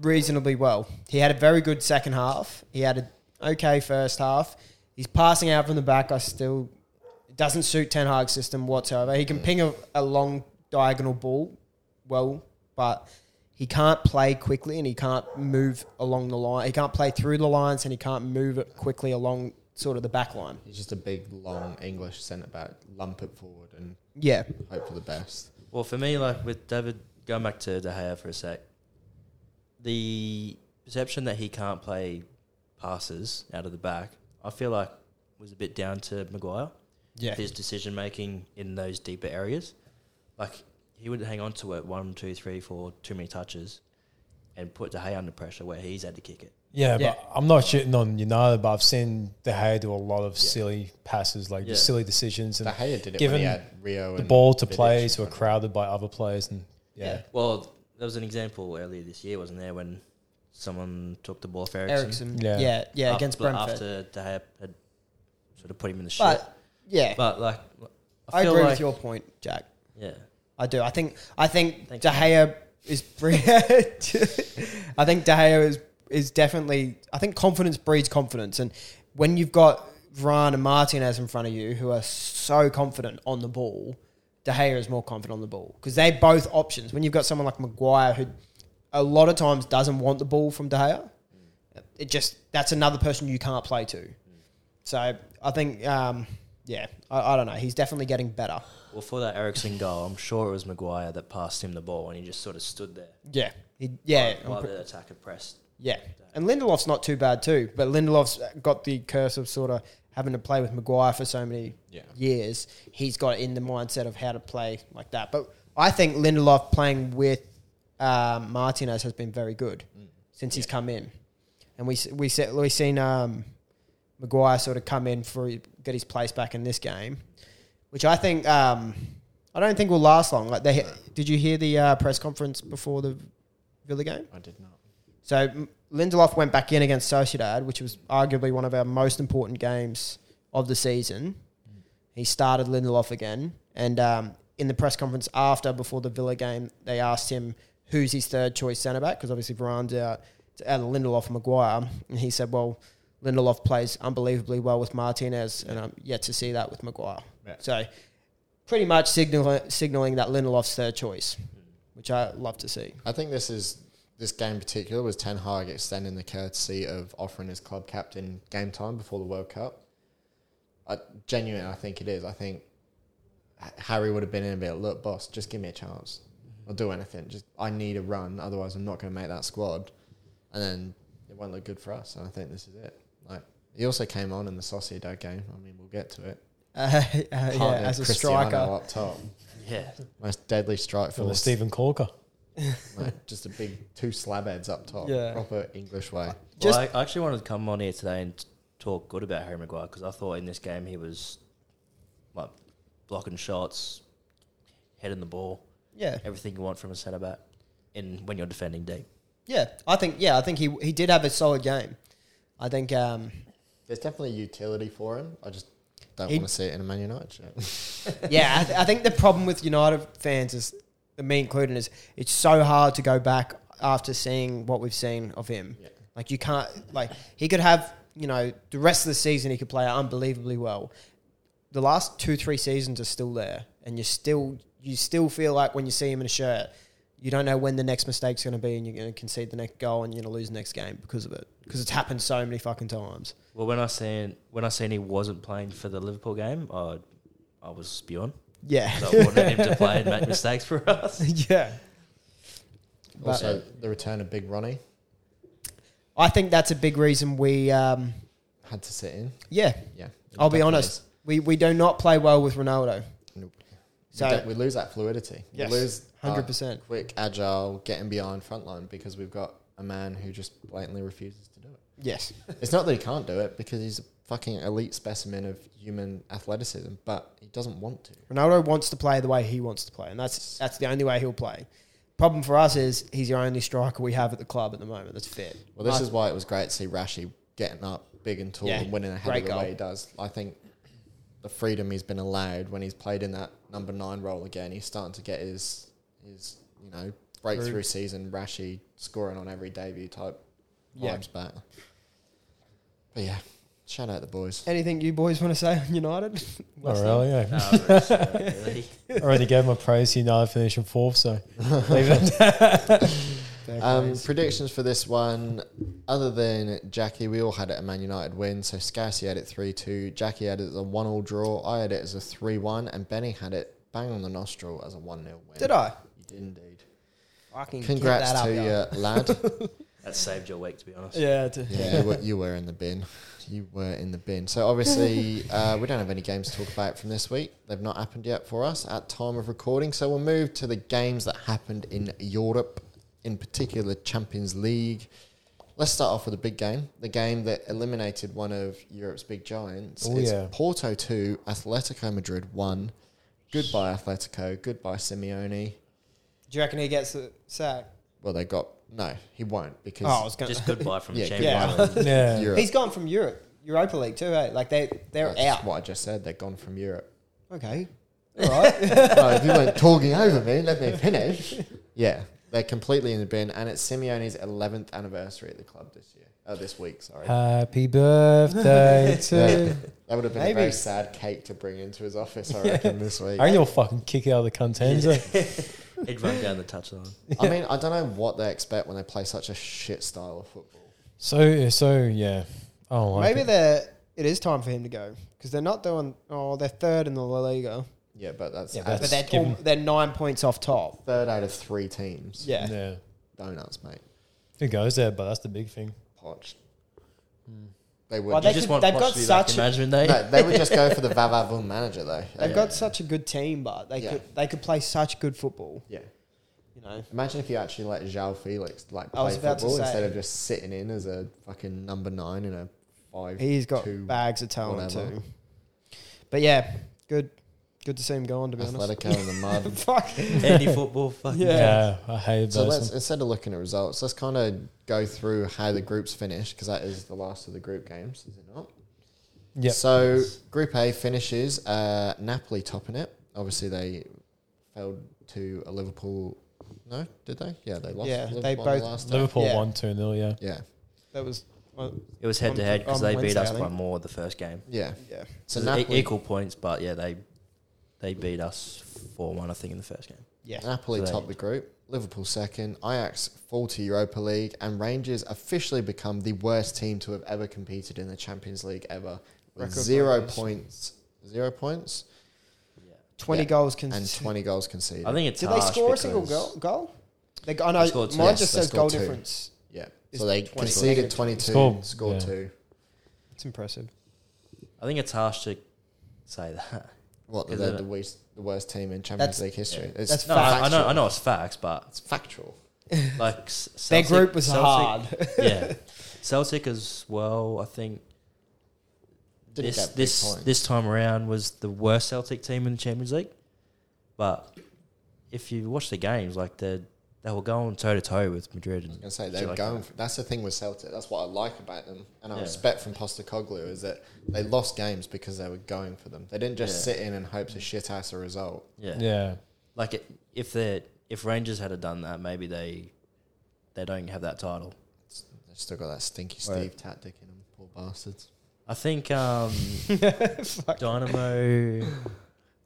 Speaker 4: reasonably well. He had a very good second half. He had an okay first half. He's passing out from the back. I still it doesn't suit Ten Hag's system whatsoever. He can ping a, a long diagonal ball well, but he can't play quickly and he can't move along the line. He can't play through the lines and he can't move it quickly along sort of the back line.
Speaker 3: He's just a big, long English centre back. Lump it forward and
Speaker 4: Yeah.
Speaker 3: hope for the best.
Speaker 1: Well, for me, like with David, going back to De Gea for a sec, the perception that he can't play passes out of the back, I feel like was a bit down to Maguire.
Speaker 4: Yeah.
Speaker 1: His decision making in those deeper areas. Like, he would hang on to it one, two, three, four, too many touches and put De Gea under pressure where he's had to kick it.
Speaker 2: Yeah,
Speaker 4: Yeah.
Speaker 2: but I'm not shitting on United, but I've seen De Gea do a lot of
Speaker 1: Yeah.
Speaker 2: silly passes, like
Speaker 1: Yeah.
Speaker 2: silly decisions,
Speaker 3: De
Speaker 2: and
Speaker 3: Gea did it
Speaker 2: given
Speaker 3: when he had Rio
Speaker 2: the
Speaker 3: and
Speaker 2: ball to
Speaker 3: Vidic
Speaker 2: players who are
Speaker 3: in front
Speaker 2: crowded by other players, and yeah,
Speaker 4: Yeah.
Speaker 1: Well, there was an example earlier this year, wasn't there, when someone took the ball off Ericsson?
Speaker 4: Ericsson.
Speaker 2: Yeah.
Speaker 4: Yeah. Yeah.
Speaker 1: Af-
Speaker 4: against
Speaker 1: but
Speaker 4: Brentford.
Speaker 1: After De Gea had sort of put him in the shit.
Speaker 4: but yeah.
Speaker 1: But like, I,
Speaker 4: I
Speaker 1: feel
Speaker 4: agree
Speaker 1: like,
Speaker 4: with your point, Jack.
Speaker 1: Yeah,
Speaker 4: I do. I think. I think
Speaker 1: Thanks,
Speaker 4: De Gea is. bre- I think De Gea is is definitely. I think confidence breeds confidence, and when you've got Varane and Martinez in front of you, who are so confident on the ball, De Gea is more confident on the ball because they're both options. When you've got someone like Maguire, who a lot of times doesn't want the ball from De Gea, it just that's another person you can't play to. So I think, um, yeah, I, I don't know. He's definitely getting better.
Speaker 1: well, for that Ericsson goal, I'm sure it was Maguire that passed him the ball, and he just sort of stood there
Speaker 4: Yeah, he, yeah, I'm
Speaker 1: while
Speaker 4: pre-
Speaker 1: the attacker pressed.
Speaker 4: yeah. And Lindelof's not too bad too, but Lindelof's got the curse of sort of having to play with Maguire for so many
Speaker 3: Yeah.
Speaker 4: years. He's got in the mindset of how to play like that. But I think Lindelof playing with um, Martinez has been very good since he's come in, and we s- we se- we seen um, Maguire sort of come in for get his place back in this game, which I think. Um, I don't think will last long. Like they, did you hear the uh, press conference before the Villa game?
Speaker 3: I did not.
Speaker 4: So M- Lindelof went back in against Sociedad, which was arguably one of our most important games of the season. He started Lindelof again, and um, in the press conference after, before the Villa game, they asked him who's his third choice centre back because obviously Varane's out, it's out of Lindelof and Maguire, and he said, "Well, Lindelof plays unbelievably well with Martinez, and I'm yet to see that with Maguire."
Speaker 3: Yeah.
Speaker 4: So, pretty much signaling signaling that Lindelof's third choice, which I love to see.
Speaker 3: I think this is this game in particular was Ten Hag extending the courtesy of offering his club captain game time before the World Cup. I genuinely, I think it is. I think H- Harry would have been in a bit. Look, boss, just give me a chance. I'll do anything. Just I need a run, otherwise I'm not going to make that squad, and then it won't look good for us. And I think this is it. Like he also came on in the Sociedad game. I mean, we'll get to it.
Speaker 4: Uh, uh, yeah,
Speaker 3: Partnered
Speaker 4: as a
Speaker 3: Cristiano
Speaker 4: striker.
Speaker 3: up top,
Speaker 1: Yeah,
Speaker 3: most deadly strike
Speaker 2: from the
Speaker 3: force.
Speaker 2: Stephen Corker.
Speaker 3: like just a big two slab heads up top,
Speaker 4: Yeah.
Speaker 3: proper English way.
Speaker 4: Just-
Speaker 1: well, I- I actually wanted to come on here today and t- talk good about Harry Maguire because I thought in this game he was like blocking shots, heading the ball,
Speaker 4: Yeah.
Speaker 1: everything you want from a centre back, and when you're defending deep.
Speaker 4: Yeah, I think yeah, I think he he did have a solid game. I think um,
Speaker 3: There's definitely utility for him. I just don't
Speaker 4: He-
Speaker 3: want to see it in a Man United shirt.
Speaker 4: yeah, I, th- I think the problem with United fans is me included is it's so hard to go back after seeing what we've seen of him.
Speaker 3: Yeah.
Speaker 4: Like you can't like he could have you know the rest of the season he could play unbelievably well. The last two three seasons are still there, and you still you still feel like when you see him in a shirt. You don't know when the next mistake's going to be, and you're going to concede the next goal, and you're going to lose the next game because of it. Because it's happened so many fucking times.
Speaker 1: Well, when I seen when I seen he wasn't playing for the Liverpool game, I I was beyond.
Speaker 4: Yeah,
Speaker 1: 'cause I wanted him to play and make mistakes for us.
Speaker 4: yeah. But-
Speaker 3: also, the return of Big Ronnie
Speaker 4: I think that's a big reason we, um,
Speaker 3: had to sit in.
Speaker 4: yeah,
Speaker 3: Yeah,
Speaker 4: I'll be honest. We, we do not play well with Ronaldo.
Speaker 3: Nope.
Speaker 4: So-
Speaker 3: we, don't- we lose that fluidity.
Speaker 4: Yes.
Speaker 3: We lose our
Speaker 4: 100%.
Speaker 3: quick, agile, getting behind front line because we've got a man who just blatantly refuses to do it.
Speaker 4: Yes.
Speaker 3: It's not that he can't do it because he's a fucking elite specimen of human athleticism, but he doesn't want to.
Speaker 4: Ronaldo wants to play the way he wants to play, and that's that's the only way he'll play. Problem for us is he's the only striker we have at the club at the moment that's fit.
Speaker 3: Well, this
Speaker 4: Like,
Speaker 3: is why it was great to see Rashi getting up big and tall
Speaker 4: Yeah,
Speaker 3: and winning ahead
Speaker 4: great
Speaker 3: of the
Speaker 4: goal.
Speaker 3: way he does. I think the freedom he's been allowed when he's played in that number nine role again, he's starting to get his his you know breakthrough
Speaker 4: Groove.
Speaker 3: season. Rashi scoring on every debut type
Speaker 4: Yeah.
Speaker 3: vibes back. But yeah, shout out the boys.
Speaker 4: anything you boys want to say on United?
Speaker 2: Not really. Yeah.
Speaker 1: No, it's, uh, really.
Speaker 2: I already gave my praise to United finishing fourth, so leave it.
Speaker 4: Fair
Speaker 3: Um,
Speaker 4: plays.
Speaker 3: predictions for this one, other than Jackie, we all had it a Man United win. So Scarcy had it 3 2. Jackie had it as a 1 all draw. I had it as a 3 1. And Benny had it bang on the nostril as a 1 0 win.
Speaker 4: Did I?
Speaker 3: You did indeed.
Speaker 4: I can get
Speaker 3: Congrats
Speaker 4: that up,
Speaker 3: to
Speaker 4: yeah.
Speaker 3: you, lad.
Speaker 1: that saved your week, to be honest.
Speaker 4: Yeah. it's a-
Speaker 3: yeah, you were, you were in the bin. You were in the bin. So obviously, uh, we don't have any games to talk about from this week. They've not happened yet for us at time of recording. So we'll move to the games that happened in Europe, in particular Champions League. Let's start off with a big game, the game that eliminated one of Europe's big giants.
Speaker 2: Oh,
Speaker 3: it's
Speaker 2: yeah.
Speaker 3: Porto two, Atletico Madrid one. Goodbye Atletico. Goodbye Simeone.
Speaker 4: Do you reckon he gets the sack?
Speaker 3: Well, they got no. He won't because
Speaker 4: Oh, I was going.
Speaker 1: Just goodbye from
Speaker 3: yeah,
Speaker 1: the
Speaker 4: Yeah.
Speaker 1: Champions League.
Speaker 2: Yeah.
Speaker 3: Europe.
Speaker 4: He's gone from Europe, Europa League too. Hey, like they they're
Speaker 3: That's
Speaker 4: out.
Speaker 3: What I just said, they're gone from Europe.
Speaker 4: Okay. All right.
Speaker 3: well, Oh, if you weren't talking over me, let me finish. Yeah, they're completely in the bin, and it's Simeone's 11th anniversary at the club this year. Oh, this week, sorry.
Speaker 2: Happy birthday
Speaker 3: Yeah,
Speaker 2: to.
Speaker 3: that would have been a
Speaker 4: Maybe.
Speaker 3: very sad cake to bring into his office, I reckon, this week.
Speaker 2: I reckon you'll fucking kick out of the eh? contender.
Speaker 1: He'd run down the touchline.
Speaker 3: I mean, I don't know what they expect when they play such a shit style of football.
Speaker 2: So so yeah. Oh, like
Speaker 4: Maybe
Speaker 2: it.
Speaker 4: they're, it is time for him to go because they're not doing. Oh, they're third in the La Liga,
Speaker 3: Yeah, but that's,
Speaker 2: Yeah,
Speaker 4: but
Speaker 2: that's-
Speaker 4: they're
Speaker 2: give
Speaker 4: all-
Speaker 2: him-
Speaker 4: they're nine points off top.
Speaker 3: third out of three teams.
Speaker 4: Yeah,
Speaker 2: yeah.
Speaker 3: Donuts, mate.
Speaker 2: Who goes there? But that's the big thing.
Speaker 3: Potch. They would.
Speaker 4: Hmm. Well,
Speaker 1: You
Speaker 4: they
Speaker 1: just
Speaker 4: could-
Speaker 1: want
Speaker 4: they've
Speaker 1: Poch
Speaker 4: got
Speaker 1: to be back
Speaker 4: such
Speaker 1: in
Speaker 4: a-
Speaker 1: management, though.
Speaker 3: no, they would just go for the Vavavoom manager, though.
Speaker 4: they've got such a good team, but they
Speaker 3: Yeah.
Speaker 4: could they could play such good football.
Speaker 3: Yeah.
Speaker 4: You know,
Speaker 3: Imagine if you actually let Zhao Felix like
Speaker 4: I
Speaker 3: play
Speaker 4: was about to
Speaker 3: football
Speaker 4: say.
Speaker 3: instead of just sitting in as a fucking number nine in a five.
Speaker 4: he's got
Speaker 3: two
Speaker 4: bags of talent
Speaker 3: whatever.
Speaker 4: too. But yeah, good good to see him go on. To be honest,
Speaker 3: Atletico in the mud.
Speaker 4: fuck.
Speaker 1: Any football, fucking
Speaker 4: Yeah.
Speaker 2: Yeah, I hated
Speaker 3: So
Speaker 2: those.
Speaker 3: let's instead of looking at results, let's kind of go through how the groups finished because that is the last of the group games, is it not?
Speaker 2: Yep.
Speaker 3: So Group A finishes uh, Napoli topping it. Obviously they failed to a Liverpool. No, did they? Yeah, they lost.
Speaker 4: Yeah,
Speaker 3: Liv-
Speaker 4: they
Speaker 3: won the
Speaker 4: both-
Speaker 3: last time.
Speaker 2: Liverpool
Speaker 4: Yeah.
Speaker 2: one two 0 Yeah.
Speaker 3: Yeah,
Speaker 4: That was well,
Speaker 1: It was head to head because
Speaker 4: On-
Speaker 1: they
Speaker 4: on
Speaker 1: beat
Speaker 4: Wednesday,
Speaker 1: us
Speaker 4: I think.
Speaker 1: by more the first game.
Speaker 3: yeah.
Speaker 4: yeah.
Speaker 3: So
Speaker 1: It was e-
Speaker 3: Napoli,
Speaker 1: equal points, but yeah, they they beat us four one, I think, in the first game.
Speaker 4: Yeah,
Speaker 3: Napoli
Speaker 1: Right.
Speaker 3: top the group, Liverpool second, Ajax fall to Europa League, and Rangers officially become the worst team to have ever competed in the Champions League ever. With
Speaker 4: Record
Speaker 3: zero
Speaker 4: breakers.
Speaker 3: points, zero points,
Speaker 4: twenty
Speaker 3: Yeah.
Speaker 4: goals can.
Speaker 3: and 20 goals conceded.
Speaker 1: I think it's
Speaker 4: Did they
Speaker 1: harsh
Speaker 4: score a single
Speaker 1: because-
Speaker 4: goal? Goal? They, go- I
Speaker 1: They
Speaker 4: know.
Speaker 1: scored two.
Speaker 4: Mine
Speaker 3: Yes,
Speaker 4: just
Speaker 3: they
Speaker 4: says goal
Speaker 3: scored two.
Speaker 4: difference.
Speaker 3: yeah.
Speaker 4: It's
Speaker 3: So they
Speaker 4: 20.
Speaker 3: conceded
Speaker 4: Negative
Speaker 3: 22,
Speaker 2: Scored,
Speaker 3: scored
Speaker 2: yeah.
Speaker 3: two.
Speaker 4: It's impressive.
Speaker 1: I think it's harsh to say that
Speaker 3: What that
Speaker 1: Is
Speaker 3: they're
Speaker 1: it-
Speaker 3: the worst, the worst team in Champions
Speaker 4: That's-
Speaker 3: League history. It's
Speaker 4: that's
Speaker 1: No, I, I
Speaker 3: factual.
Speaker 1: know, I know it's facts, but
Speaker 3: It's factual.
Speaker 1: like S- Celtic,
Speaker 4: Their group was
Speaker 1: Celtic-
Speaker 4: hard.
Speaker 1: yeah, Celtic as well. I think
Speaker 3: Didn't
Speaker 1: this
Speaker 3: get big
Speaker 1: this
Speaker 3: points.
Speaker 1: this time around was the worst Celtic team in the Champions League. But if you watch the games, like they they were going toe to toe with Madrid and
Speaker 3: I was gonna say
Speaker 1: shit
Speaker 3: they're
Speaker 1: like
Speaker 3: going.
Speaker 1: that.
Speaker 3: For, that's the thing with Celtic. That's what I like about them, and I
Speaker 1: Yeah.
Speaker 3: respect from Postacoglu is that they lost games because they were going for them. They didn't just
Speaker 1: Yeah.
Speaker 3: sit in and hope to shit ass a result.
Speaker 1: yeah.
Speaker 2: Yeah.
Speaker 1: Like it, if they if Rangers had have done that, maybe they they don't have that title.
Speaker 3: They have still got that stinky Steve
Speaker 1: Right.
Speaker 3: tactic in them, poor bastards.
Speaker 1: I think um, Dynamo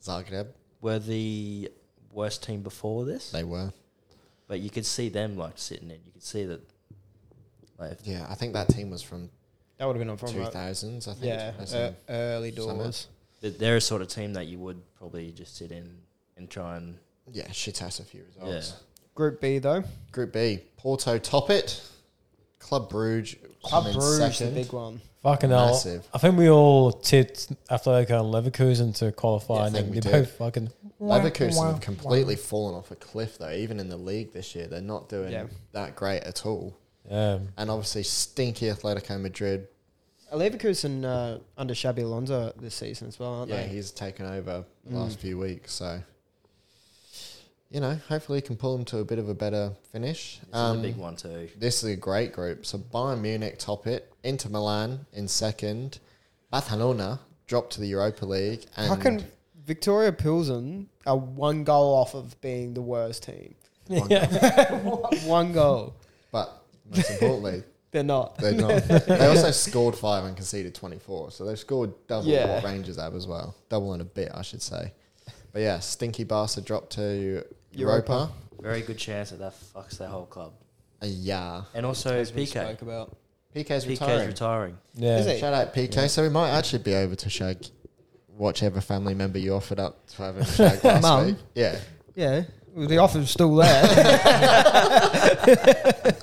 Speaker 3: Zagreb,
Speaker 1: were the worst team before this,
Speaker 3: they were.
Speaker 1: but you could see them like sitting in. You could see that. Like,
Speaker 3: Yeah, I think that team was from
Speaker 4: That would have been on from
Speaker 3: two
Speaker 4: right?
Speaker 3: thousands. I think.
Speaker 4: Yeah,
Speaker 3: That's
Speaker 4: uh,
Speaker 3: in-
Speaker 4: early
Speaker 3: summer.
Speaker 4: doors.
Speaker 1: that they're a sort of team that you would probably just sit in and try and
Speaker 3: yeah, shit ass a few results.
Speaker 4: Group B though,
Speaker 3: Group B: Porto top it. Club Bruges
Speaker 4: Club
Speaker 3: come in
Speaker 4: Brugge, the
Speaker 3: second.
Speaker 4: big one.
Speaker 2: Fucking
Speaker 3: Massive.
Speaker 2: hell. I think we all tipped Atletico and Leverkusen to qualify,
Speaker 3: Yeah, I
Speaker 2: and
Speaker 3: think
Speaker 2: then
Speaker 3: we
Speaker 2: they
Speaker 3: did.
Speaker 2: both fucking.
Speaker 3: Leverkusen have completely fallen off a cliff, though. Even in the league this year, they're not doing
Speaker 4: Yeah.
Speaker 3: that great at all.
Speaker 2: Yeah.
Speaker 3: And obviously, stinky Atletico Madrid.
Speaker 4: Leverkusen uh, under Shabby Alonso this season as well, aren't
Speaker 3: yeah,
Speaker 4: they?
Speaker 3: he's taken over the
Speaker 4: Mm.
Speaker 3: last few weeks, so you know, hopefully, he can pull them to a bit of a better finish. Um,
Speaker 1: This is a big one too.
Speaker 3: This is a great group. So Bayern Munich top it, Inter Milan in second, Barcelona dropped to the Europa League, and
Speaker 4: Fucking Victoria Pilsen are one goal off of being the worst team. one goal.
Speaker 3: but most importantly,
Speaker 4: They're not.
Speaker 3: They're not. they also scored five and conceded 24. So they've scored double
Speaker 4: Yeah.
Speaker 3: what Rangers have as well. Double and a bit, I should say. But yeah, Stinky Barca dropped to Europa.
Speaker 4: Europa.
Speaker 1: Very good chance that that fucks their whole club.
Speaker 3: Uh, yeah.
Speaker 1: And also
Speaker 4: As we
Speaker 1: PK.
Speaker 4: spoke about.
Speaker 3: PK's
Speaker 1: PK's
Speaker 3: retiring.
Speaker 1: retiring.
Speaker 2: Yeah.
Speaker 4: Is it?
Speaker 3: Shout out PK. So we might actually be able to shag whichever family member you offered up to have a shag last
Speaker 4: Mum.
Speaker 3: week. Yeah.
Speaker 4: Yeah. Well, the offer's still there.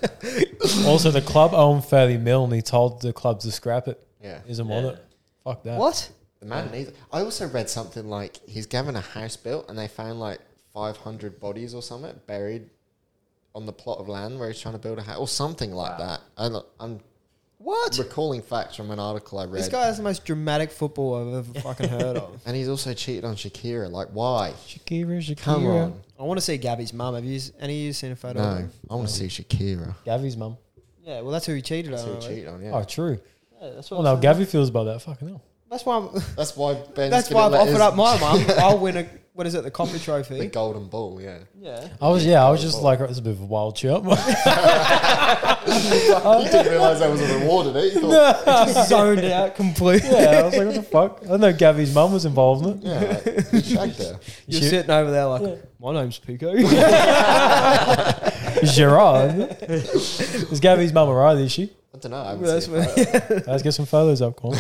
Speaker 2: Also, the club owned 30 mil, and he told the club to scrap it.
Speaker 3: Yeah.
Speaker 2: Isn't on
Speaker 1: Yeah.
Speaker 2: it. Fuck that.
Speaker 4: what?
Speaker 3: The man needs. I also read something like he's given a house built and they found like 500 bodies or something buried on the plot of land where he's trying to build a house or something like that. I don't- I'm
Speaker 4: What?
Speaker 3: recalling facts from an article I read.
Speaker 4: This guy is the most dramatic football I've ever fucking heard of.
Speaker 3: and he's also cheated on Shakira. Like, why?
Speaker 2: Shakira, Shakira.
Speaker 3: Come on.
Speaker 4: I want to see Gabby's mum. Have you s- any of you seen a photo of
Speaker 3: No,
Speaker 4: her?
Speaker 3: I want to see Shakira.
Speaker 2: Gavi's mum.
Speaker 4: Yeah, well, that's who he cheated
Speaker 3: That's
Speaker 4: on.
Speaker 3: who he
Speaker 4: right?
Speaker 3: cheated on, yeah.
Speaker 2: Oh, true.
Speaker 4: Yeah, that's, what
Speaker 2: Well,
Speaker 4: I'm
Speaker 2: now
Speaker 4: saying.
Speaker 2: Gavi feels about that. Fucking hell.
Speaker 4: that's why I'm,
Speaker 3: That's why Ben's
Speaker 4: that's
Speaker 3: gonna
Speaker 4: why I've
Speaker 3: let
Speaker 4: offered
Speaker 3: his-
Speaker 4: up my mum. I'll win a, what is it, the Coffee
Speaker 3: the
Speaker 4: Trophy?
Speaker 3: golden ball, yeah.
Speaker 4: Yeah.
Speaker 2: I was, yeah, I was just like, it's a bit of a wild chirp.
Speaker 3: you didn't realise that was a reward in it. You thought,
Speaker 4: Just zoned out completely.
Speaker 2: yeah, I was like, what the fuck? I didn't know Gavi's mum was involved in it.
Speaker 3: yeah, like, you shagged her.
Speaker 4: You're
Speaker 2: Shit.
Speaker 4: sitting over there like, my name's Pico.
Speaker 2: Gerard. is Gavi's mum alright, is she?
Speaker 3: I don't know. I haven't
Speaker 4: That's
Speaker 3: seen
Speaker 4: what-
Speaker 3: it.
Speaker 2: Let's get some photos up, Colin.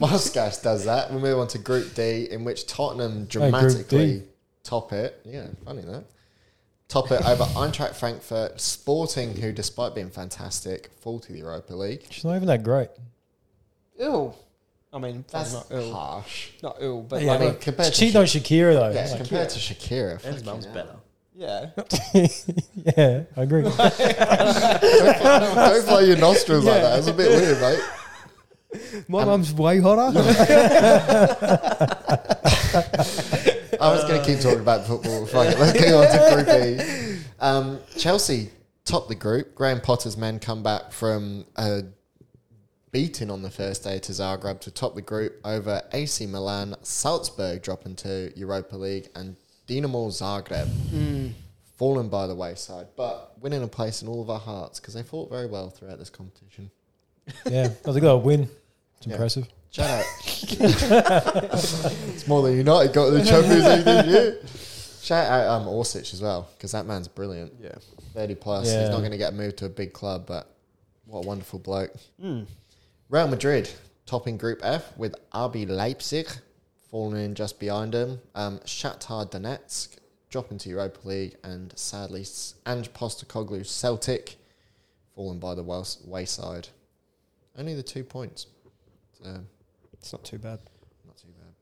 Speaker 3: Mustache does that. We move on to Group D, in which Tottenham
Speaker 2: Group
Speaker 3: dramatically
Speaker 2: D.
Speaker 3: top it. Yeah, funny that. Top it over Eintracht Frankfurt, Sporting, who, despite being fantastic, fall to the Europa League.
Speaker 2: She's not even that great.
Speaker 4: Ew. I mean,
Speaker 3: That's
Speaker 4: that's not ill.
Speaker 3: harsh.
Speaker 4: Not ill, but
Speaker 2: Yeah,
Speaker 3: I
Speaker 4: like,
Speaker 3: mean, compared to,
Speaker 2: Cheating on Shakira, though.
Speaker 3: yeah,
Speaker 2: Like,
Speaker 3: compared to Shakira,
Speaker 1: Ben's
Speaker 3: fucking
Speaker 1: mum's
Speaker 3: hell.
Speaker 1: better.
Speaker 4: yeah.
Speaker 2: yeah, I agree.
Speaker 3: Don't, don't blow your nostrils like
Speaker 4: Yeah.
Speaker 3: that. It's a bit weird, mate.
Speaker 4: My mum's way hotter.
Speaker 3: I was going to keep talking about football. Fuck it. Let's go on to Group E. Um, Chelsea top the group. Graham Potter's men come back from a beating on the first day to Zagreb to top the group over AC Milan, Salzburg dropping to Europa League, and Dinamo Zagreb Mm.
Speaker 4: Mm.
Speaker 3: falling by the wayside, but winning a place in all of our hearts because they fought very well throughout this competition.
Speaker 2: yeah, I think that'll win. It's
Speaker 3: Yeah.
Speaker 2: impressive.
Speaker 3: Shout out. it's more than United got the Champions League this year. Shout out um, Orsic as well, because that man's brilliant.
Speaker 4: yeah.
Speaker 3: 30 plus. He's
Speaker 2: Yeah.
Speaker 3: not going to get moved to a big club, but what a wonderful bloke.
Speaker 4: Mm.
Speaker 3: Real Madrid, topping Group F with RB Leipzig falling in just behind them. Um, Shakhtar Donetsk dropping to Europa League, and sadly, S- Ange Postacoglu Celtic falling by the wels- wayside. Only the two points. So,
Speaker 4: It's not too bad.
Speaker 3: not too bad.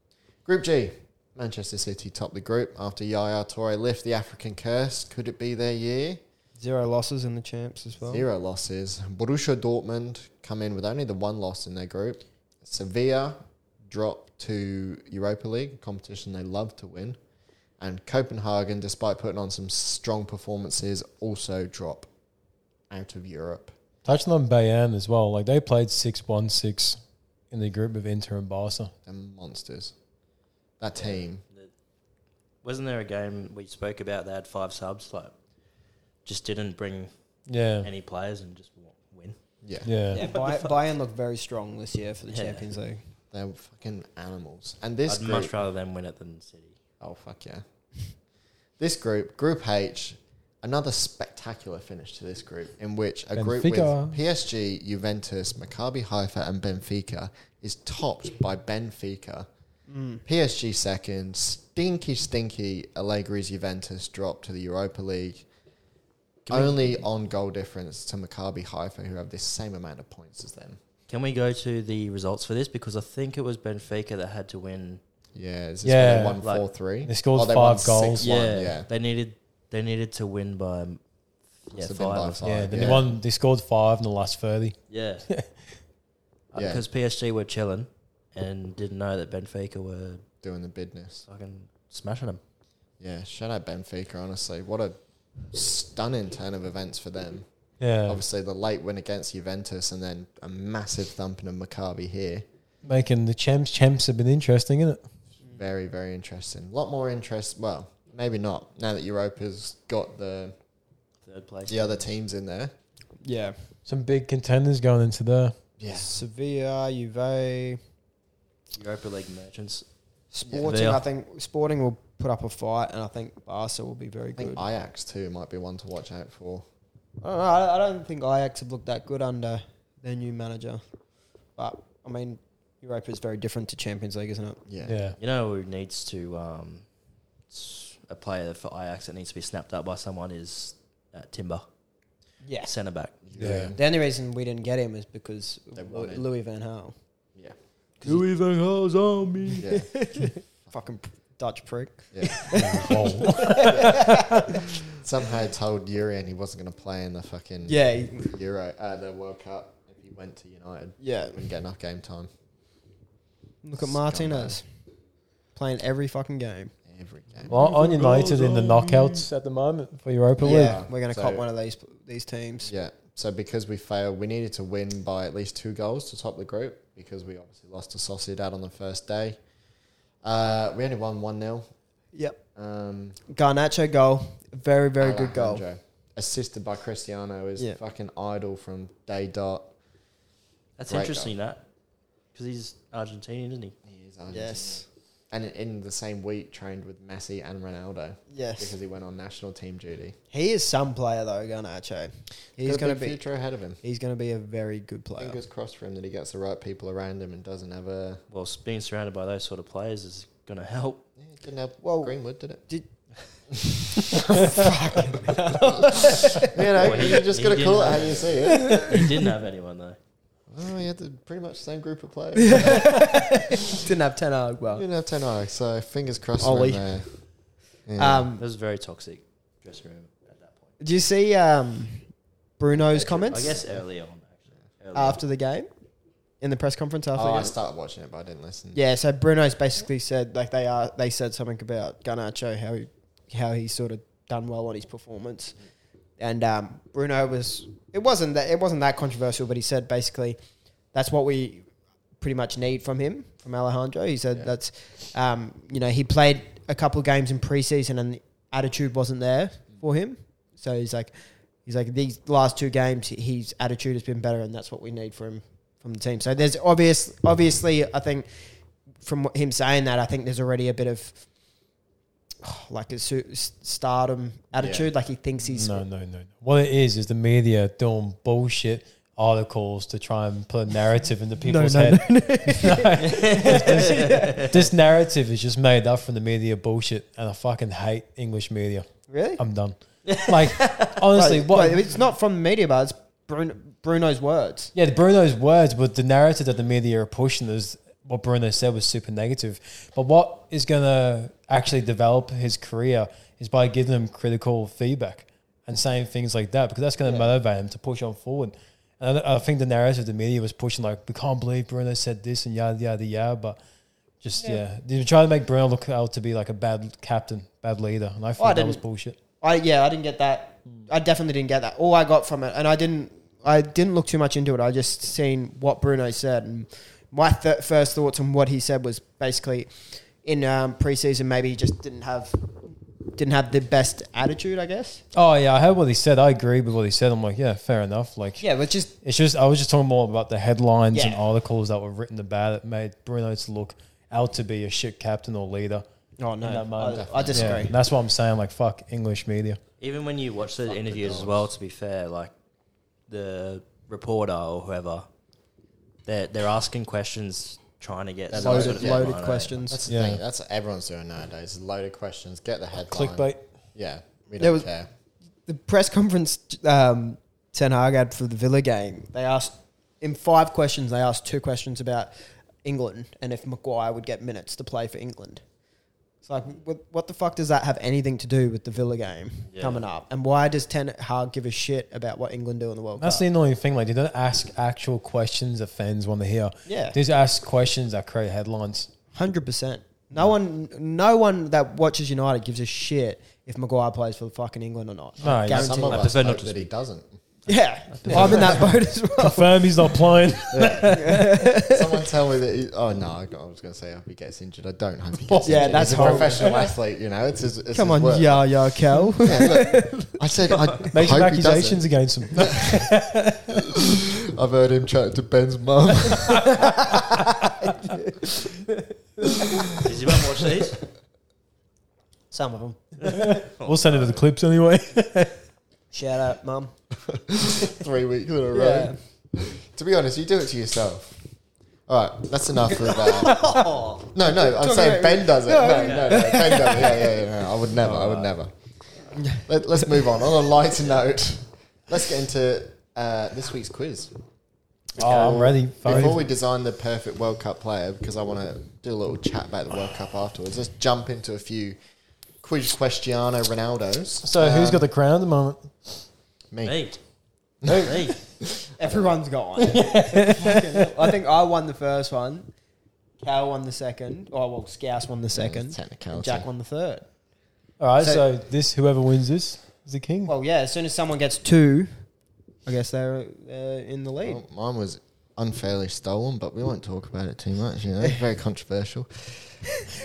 Speaker 3: Group G. Manchester City top the group after Yaya Toure left the African curse. Could it be their year?
Speaker 4: Zero losses in the champs as well.
Speaker 3: Zero losses. Borussia Dortmund come in with only the one loss in their group. Sevilla drop to Europa League, competition they love to win. And Copenhagen, despite putting on some strong performances, also drop out of Europe.
Speaker 2: Touching on Bayern as well, like they played 6 1 6 in the group of Inter and Barca.
Speaker 3: They're monsters. That team.
Speaker 1: Wasn't there a game we spoke about that had five subs? Like, just didn't bring
Speaker 2: Yeah.
Speaker 1: any players and just w- win.
Speaker 3: Yeah.
Speaker 2: Yeah.
Speaker 4: Yeah, Bay- Bayern looked very strong this year for the
Speaker 1: Yeah.
Speaker 4: Champions League.
Speaker 3: They're fucking animals. And this
Speaker 1: I'd
Speaker 3: group,
Speaker 1: much rather them win it than City.
Speaker 3: Oh fuck yeah. this group, Group H, another spectacular finish to this group, in which a group with
Speaker 2: Benfica.
Speaker 3: PSG, Juventus, Maccabi Haifa, and Benfica is topped by Benfica.
Speaker 4: Mm.
Speaker 3: PSG second, stinky, stinky Allegri's Juventus drop to the Europa League. Only on goal difference to Maccabi Haifa, who have the same amount of points as them.
Speaker 1: Can we go to the results for this? Because I think it was Benfica that had to win.
Speaker 3: Yeah, is this
Speaker 2: Yeah.
Speaker 3: one
Speaker 1: Like-
Speaker 3: four three?
Speaker 2: They scored
Speaker 3: Oh, they won
Speaker 2: five goals.
Speaker 3: 6-1, Yeah,
Speaker 1: they needed they needed to win by um, yeah
Speaker 3: Must have been by
Speaker 1: five. or something.
Speaker 2: Yeah,
Speaker 3: five,
Speaker 2: they won. They scored five in the last thirty.
Speaker 1: Yeah, Uh,
Speaker 3: Yeah.
Speaker 1: because PSG were chilling and didn't know that Benfica were
Speaker 3: doing the business.
Speaker 1: fucking smashing them.
Speaker 3: Yeah, shout out Benfica, honestly. What a stunning turn of events for them.
Speaker 2: Yeah,
Speaker 3: Obviously, the late win against Juventus and then a massive thumping of Maccabi here.
Speaker 2: making the champs. Champs have been interesting, isn't it?
Speaker 3: Very, very interesting. A lot more interest. Well, maybe not now that Europa's got the,
Speaker 1: Third place.
Speaker 3: the other teams in there.
Speaker 4: Yeah.
Speaker 2: Some big contenders going into there.
Speaker 3: Yeah.
Speaker 4: Sevilla, Juve,
Speaker 1: Europa League merchants.
Speaker 4: Sporting.
Speaker 1: Sevilla.
Speaker 4: I think Sporting will put up a fight, and I think Barca will be very
Speaker 3: I think
Speaker 4: good. I,
Speaker 3: Ajax, too, might be one to watch out for.
Speaker 4: don't know, I, I don't think Ajax have looked that good under their new manager, but I mean, Europa is very different to Champions League, isn't it?
Speaker 3: Yeah.
Speaker 2: Yeah,
Speaker 1: You know who needs to um, s- a player for Ajax that needs to be snapped up by someone is uh, Timber
Speaker 4: Yes.
Speaker 1: centre back.
Speaker 2: Yeah.
Speaker 4: The only reason we didn't get him is because
Speaker 3: They
Speaker 4: Lu-
Speaker 3: wanted-
Speaker 4: Louis Van Gaal,
Speaker 3: Yeah.
Speaker 1: Louis van Gaal's army.
Speaker 3: Yeah.
Speaker 4: fucking Dutch prick.
Speaker 2: Well,
Speaker 3: Somehow told Urian he wasn't going to play in the fucking
Speaker 4: Yeah, he-
Speaker 3: Euro, uh, the World Cup if he went to United.
Speaker 4: yeah.
Speaker 3: Wouldn't get enough game time.
Speaker 4: Look at
Speaker 3: Scumbag.
Speaker 4: Martinez playing every fucking game.
Speaker 3: Every game.
Speaker 2: well, on United in the knockouts at the moment for Europa League.
Speaker 4: Yeah, we're gonna
Speaker 3: So-
Speaker 4: cop one of these these teams.
Speaker 3: Yeah. So because we failed, we needed to win by at least two goals to top the group because we obviously lost to Sociedad on the first day. Uh, we only won 1 0.
Speaker 4: Yep.
Speaker 3: Um,
Speaker 4: Garnacho goal, very very good goal.
Speaker 3: Alejandro, Assisted by Cristiano is
Speaker 4: Yeah.
Speaker 3: fucking idol from day dot.
Speaker 1: That's
Speaker 3: Great
Speaker 1: interesting, that. Because he's Argentinian, isn't he?
Speaker 3: He is Argentina.
Speaker 4: Yes.
Speaker 3: And in- in the same week, trained with Messi and Ronaldo because
Speaker 4: Yes.
Speaker 3: he went on national team duty.
Speaker 4: He is some player though, Garnacho. He's
Speaker 3: Got a
Speaker 4: gonna
Speaker 3: big
Speaker 4: be
Speaker 3: future ahead of him.
Speaker 4: he's gonna be a very good player.
Speaker 3: Fingers crossed for him that he gets the right people around him and doesn't have a.
Speaker 1: Well, s- being surrounded by those sort of players is going to help.
Speaker 3: Yeah, it didn't help
Speaker 4: Well,
Speaker 3: Greenwood, did it?
Speaker 4: did-
Speaker 3: you know,
Speaker 1: Well, he-
Speaker 3: you just
Speaker 1: he
Speaker 3: got to
Speaker 1: did
Speaker 3: call it
Speaker 1: have
Speaker 3: how
Speaker 1: it.
Speaker 3: you see it.
Speaker 1: he didn't have anyone, though.
Speaker 3: Well, he had the pretty much same group of players. You
Speaker 4: Didn't have Ten Hag, well.
Speaker 3: didn't have ten eyes, so fingers crossed
Speaker 4: Ollie.
Speaker 3: on there. Yeah.
Speaker 4: Um,
Speaker 1: It was a very toxic dressing room at that point.
Speaker 4: do you see um, Bruno's comments
Speaker 1: I guess early on, actually.
Speaker 3: Uh,
Speaker 1: Early
Speaker 4: after the game in the press conference after?
Speaker 3: oh,
Speaker 4: the
Speaker 3: I
Speaker 4: game?
Speaker 3: started watching it, but I didn't listen.
Speaker 4: Yeah, so Bruno's basically said like they are they said something about Garnacho how he how he sort of done well on his performance, and um, Bruno was it wasn't that it wasn't that controversial, but he said basically that's what we pretty much need from him from Alejandro. He said
Speaker 3: Yeah.
Speaker 4: that's um, you know he played a couple games in preseason and the attitude wasn't there for him, so he's like he's like these last two games his attitude has been better and that's what we need from from the team. So there's obvious obviously I think from what- him saying that, I think there's already a bit of like a su- s- stardom attitude. Like he thinks he's
Speaker 2: No, no, no, no. What it is is the media doing bullshit articles to try and put a narrative into people's
Speaker 4: no,
Speaker 2: head. No. It's just- this narrative is just made up from the media bullshit, and I fucking hate English media.
Speaker 4: really.
Speaker 2: I'm done. Like honestly,
Speaker 4: Like,
Speaker 2: what?
Speaker 4: like, it's not from the media, but it's Bruno, Bruno's words.
Speaker 2: yeah, the Bruno's words, but the narrative that the media are pushing is what Bruno said was super negative. But what is going to actually develop his career is by giving him critical feedback and saying things like that because that's going to motivate him to push on forward. And I I think the narrative of the media was pushing like, we can't believe Bruno said this and yada yada yada. But just yeah, they were trying to make Bruno look out to be like a bad captain, bad leader, and I thought that was
Speaker 4: didn't-
Speaker 2: bullshit.
Speaker 4: I yeah, I didn't get that. I definitely didn't get that. All I got from it, and I didn't, I didn't look too much into it. I just seen what Bruno said, and my th- first thoughts on what he said was basically in um, preseason maybe he just didn't have didn't have the best attitude, I guess.
Speaker 2: Oh yeah, I heard what he said. I agree with what he said. I'm like, yeah, fair enough. Like
Speaker 4: Yeah, but just
Speaker 2: It's just I was just talking more about the headlines and
Speaker 4: Yeah.
Speaker 2: articles that were written about it made Bruno's look out to be a shit captain or leader.
Speaker 4: oh
Speaker 2: In that
Speaker 4: no,
Speaker 2: moment.
Speaker 4: I, I disagree.
Speaker 2: Yeah, that's what I'm saying. Like fuck English media.
Speaker 1: Even when you watch the
Speaker 3: Fuck the
Speaker 1: interviews as
Speaker 3: dogs.
Speaker 1: well, to be fair, like the reporter or whoever, they're they're asking questions, trying to get
Speaker 3: They're
Speaker 1: some
Speaker 3: loaded-
Speaker 1: sort of
Speaker 3: loaded
Speaker 1: headline, eh?
Speaker 3: That's the
Speaker 2: Yeah.
Speaker 3: thing. That's what everyone's doing nowadays. Loaded questions. Get the headline.
Speaker 2: Clickbait.
Speaker 3: Yeah, we
Speaker 4: There
Speaker 3: don't
Speaker 4: was-
Speaker 3: care.
Speaker 4: the press conference um, Ten Hag had for the Villa game, they asked in five questions. They asked two questions about England and if Maguire would get minutes to play for England. It's like, what, what the fuck does that have anything to do with the Villa game
Speaker 1: Yeah.
Speaker 4: coming up? And why does Ten Hag give a shit about what England do in the World
Speaker 2: That's the
Speaker 4: Cup?
Speaker 2: annoying thing. Like they don't ask actual questions that fans want to hear.
Speaker 4: Yeah.
Speaker 2: They just ask questions that create headlines.
Speaker 4: Hundred percent. No one, no one that watches United gives a shit if Maguire plays for fucking England or not.
Speaker 2: No, yeah.
Speaker 4: guarantee.
Speaker 3: Some of
Speaker 1: I
Speaker 3: us
Speaker 1: prefer
Speaker 3: hope
Speaker 1: not to
Speaker 3: that he doesn't.
Speaker 4: yeah, I'm in that boat as well.
Speaker 2: Confirm he's not playing.
Speaker 3: Someone tell me that. He, oh no, I I was going to say I hope he gets injured. I don't hope he gets
Speaker 4: Yeah,
Speaker 3: injured.
Speaker 4: that's
Speaker 3: He's a
Speaker 4: horrible.
Speaker 3: professional athlete. You know, it's his. It's
Speaker 4: Come
Speaker 3: his
Speaker 4: on,
Speaker 3: work.
Speaker 4: yeah, yeah, Cal.
Speaker 3: Yeah, look, I said I
Speaker 2: Make some
Speaker 3: hope he doesn't.
Speaker 2: accusations against him.
Speaker 3: I've heard him chat to Ben's mum.
Speaker 1: Does your mum watch these?
Speaker 4: Some of them.
Speaker 2: we'll send it to the clips anyway.
Speaker 4: Shout out, mum.
Speaker 3: Three weeks in a row.
Speaker 4: Yeah.
Speaker 3: To be honest, you do it to yourself. All right, that's enough of that.
Speaker 4: Oh.
Speaker 3: No, no, I'm
Speaker 4: Talking
Speaker 3: saying
Speaker 4: about-
Speaker 3: Ben does it.
Speaker 4: No,
Speaker 3: No, no, no, Ben does it. Yeah, yeah, yeah. no, I would never. I would never. Let, let's move on. On a lighter note, let's get into uh, this week's quiz.
Speaker 2: oh, I'm ready.
Speaker 3: Before we design the perfect World Cup player, because I want to do a little chat about the World Cup afterwards, let's jump into a few quiz Cristiano Ronaldos.
Speaker 2: so who's got the crown at the moment?
Speaker 3: Me.
Speaker 1: Me. Me.
Speaker 4: Everyone's got one. I think I won the first one. Cal won the second. Oh well, Scouse won the second.
Speaker 3: technicality.
Speaker 4: Jack won the third.
Speaker 2: All right.
Speaker 4: So-
Speaker 2: So, this whoever wins this is the king.
Speaker 4: Well, yeah. As soon as someone gets two, I guess they're uh, in the lead.
Speaker 3: Well, mine was unfairly stolen, but we won't talk about it too much. You know, very controversial.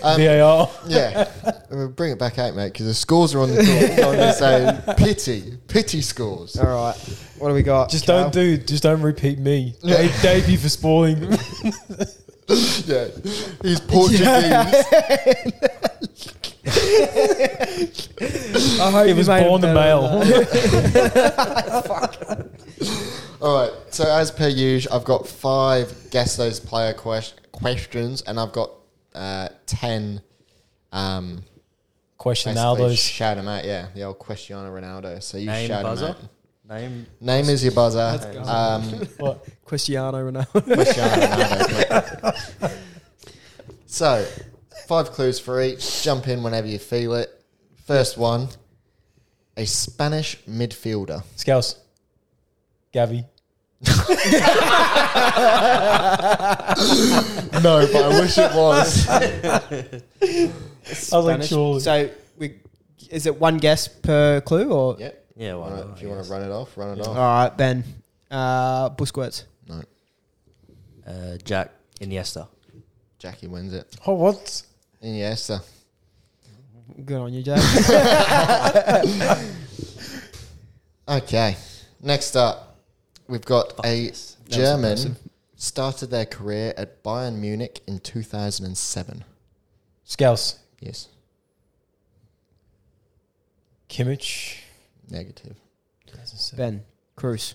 Speaker 3: Um,
Speaker 2: VAR.
Speaker 3: yeah, We'll bring it back out, mate, because the scores are on the door. on this own. Pity, pity scores.
Speaker 4: All right. What do we got?
Speaker 2: Oh. Just
Speaker 4: Cal?
Speaker 2: don't do. Just don't repeat me.
Speaker 3: Yeah.
Speaker 2: De- debut for Spawning.
Speaker 3: Yeah, he's Portuguese.
Speaker 4: I hope
Speaker 2: He
Speaker 4: you
Speaker 2: was
Speaker 4: made
Speaker 2: born
Speaker 4: it
Speaker 2: a
Speaker 4: better than that.
Speaker 2: male.
Speaker 3: All right. So as per usual, I've got five guess those player quest- questions, and I've got uh, ten. Um,
Speaker 2: Question
Speaker 3: basically
Speaker 2: Naldo's.
Speaker 3: shout them out. Yeah, the old Cristiano Ronaldo. So you
Speaker 1: Name
Speaker 3: shout 'em
Speaker 1: buzzer.
Speaker 3: out.
Speaker 1: Name.
Speaker 3: Name is your buzzer. Um,
Speaker 2: What?
Speaker 4: Cristiano Ronaldo.
Speaker 3: Cristiano Ronaldo. so, five clues for each. Jump in whenever you feel it. First one, a Spanish midfielder.
Speaker 2: Scouse. Gavi.
Speaker 3: No, but I wish it was.
Speaker 2: I was like, surely.
Speaker 4: So we, is it one guess per clue or?
Speaker 3: yep.
Speaker 1: Yeah,
Speaker 3: All
Speaker 1: well,
Speaker 3: right,
Speaker 1: I
Speaker 3: if you want
Speaker 1: guess.
Speaker 3: to run it off, run it
Speaker 4: Oh, All
Speaker 3: off.
Speaker 4: right, Ben. Uh, Busquets.
Speaker 3: No,
Speaker 1: Uh, Jack Iniesta.
Speaker 3: Jackie wins it.
Speaker 2: oh, what?
Speaker 3: Iniesta.
Speaker 4: Good on you, Jack.
Speaker 3: Okay. Next up, we've
Speaker 4: Oh,
Speaker 3: got a German started their career at Bayern Munich in 2007.
Speaker 2: Scouse.
Speaker 3: Yes.
Speaker 2: Kimmich.
Speaker 3: Negative.
Speaker 4: ben. Cruz.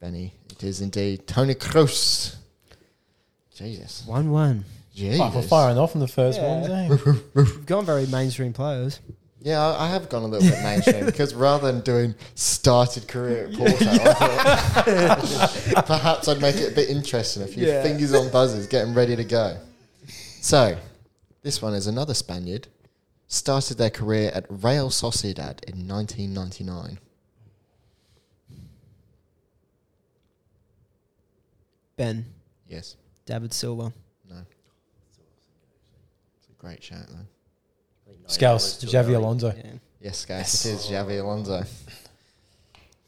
Speaker 3: Benny. It is indeed Tony Kroos. Jesus.
Speaker 4: One one.
Speaker 3: Jesus.
Speaker 2: Fuck, we're firing off on the first
Speaker 4: Yeah.
Speaker 2: one. eh?
Speaker 4: We've gone very mainstream players.
Speaker 3: Yeah, I, I have gone a little bit mainstream because rather than doing started career at Porto, I thought perhaps I'd make it a bit interesting. A few
Speaker 4: Yeah.
Speaker 3: fingers on buzzers, getting ready to go. So, this one is another Spaniard. Started their career at Real Sociedad in 1999.
Speaker 4: Ben
Speaker 3: Yes.
Speaker 4: David Silva.
Speaker 3: No. It's a great shout, though.
Speaker 2: Scales, Javi Alonso.
Speaker 4: Yeah.
Speaker 3: Yes, guys. It is Javi Alonso.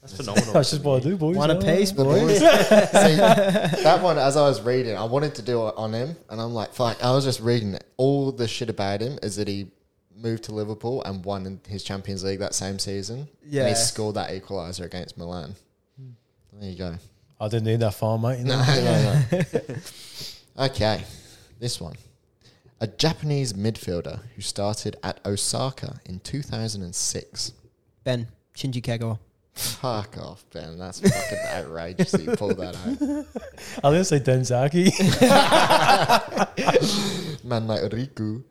Speaker 1: That's phenomenal.
Speaker 2: That's just what I do, boys.
Speaker 4: One apiece,
Speaker 3: See,
Speaker 4: boys.
Speaker 3: that one, as I was reading, I wanted to do it on him, and I'm like, fuck, I was just reading it. All the shit about him is that he moved to Liverpool and won in his Champions League that same season. And
Speaker 4: Yeah.
Speaker 3: he scored that equaliser against Milan. There you go.
Speaker 2: I didn't need that far, mate. You know?
Speaker 3: No, no, no. okay, this one. A Japanese midfielder who started at Osaka in 2006.
Speaker 4: Ben Shinji Kagawa.
Speaker 3: Fuck off, Ben. That's fucking outrageous that you pulled that out.
Speaker 2: I didn't say Denzaki.
Speaker 3: Man like Riku.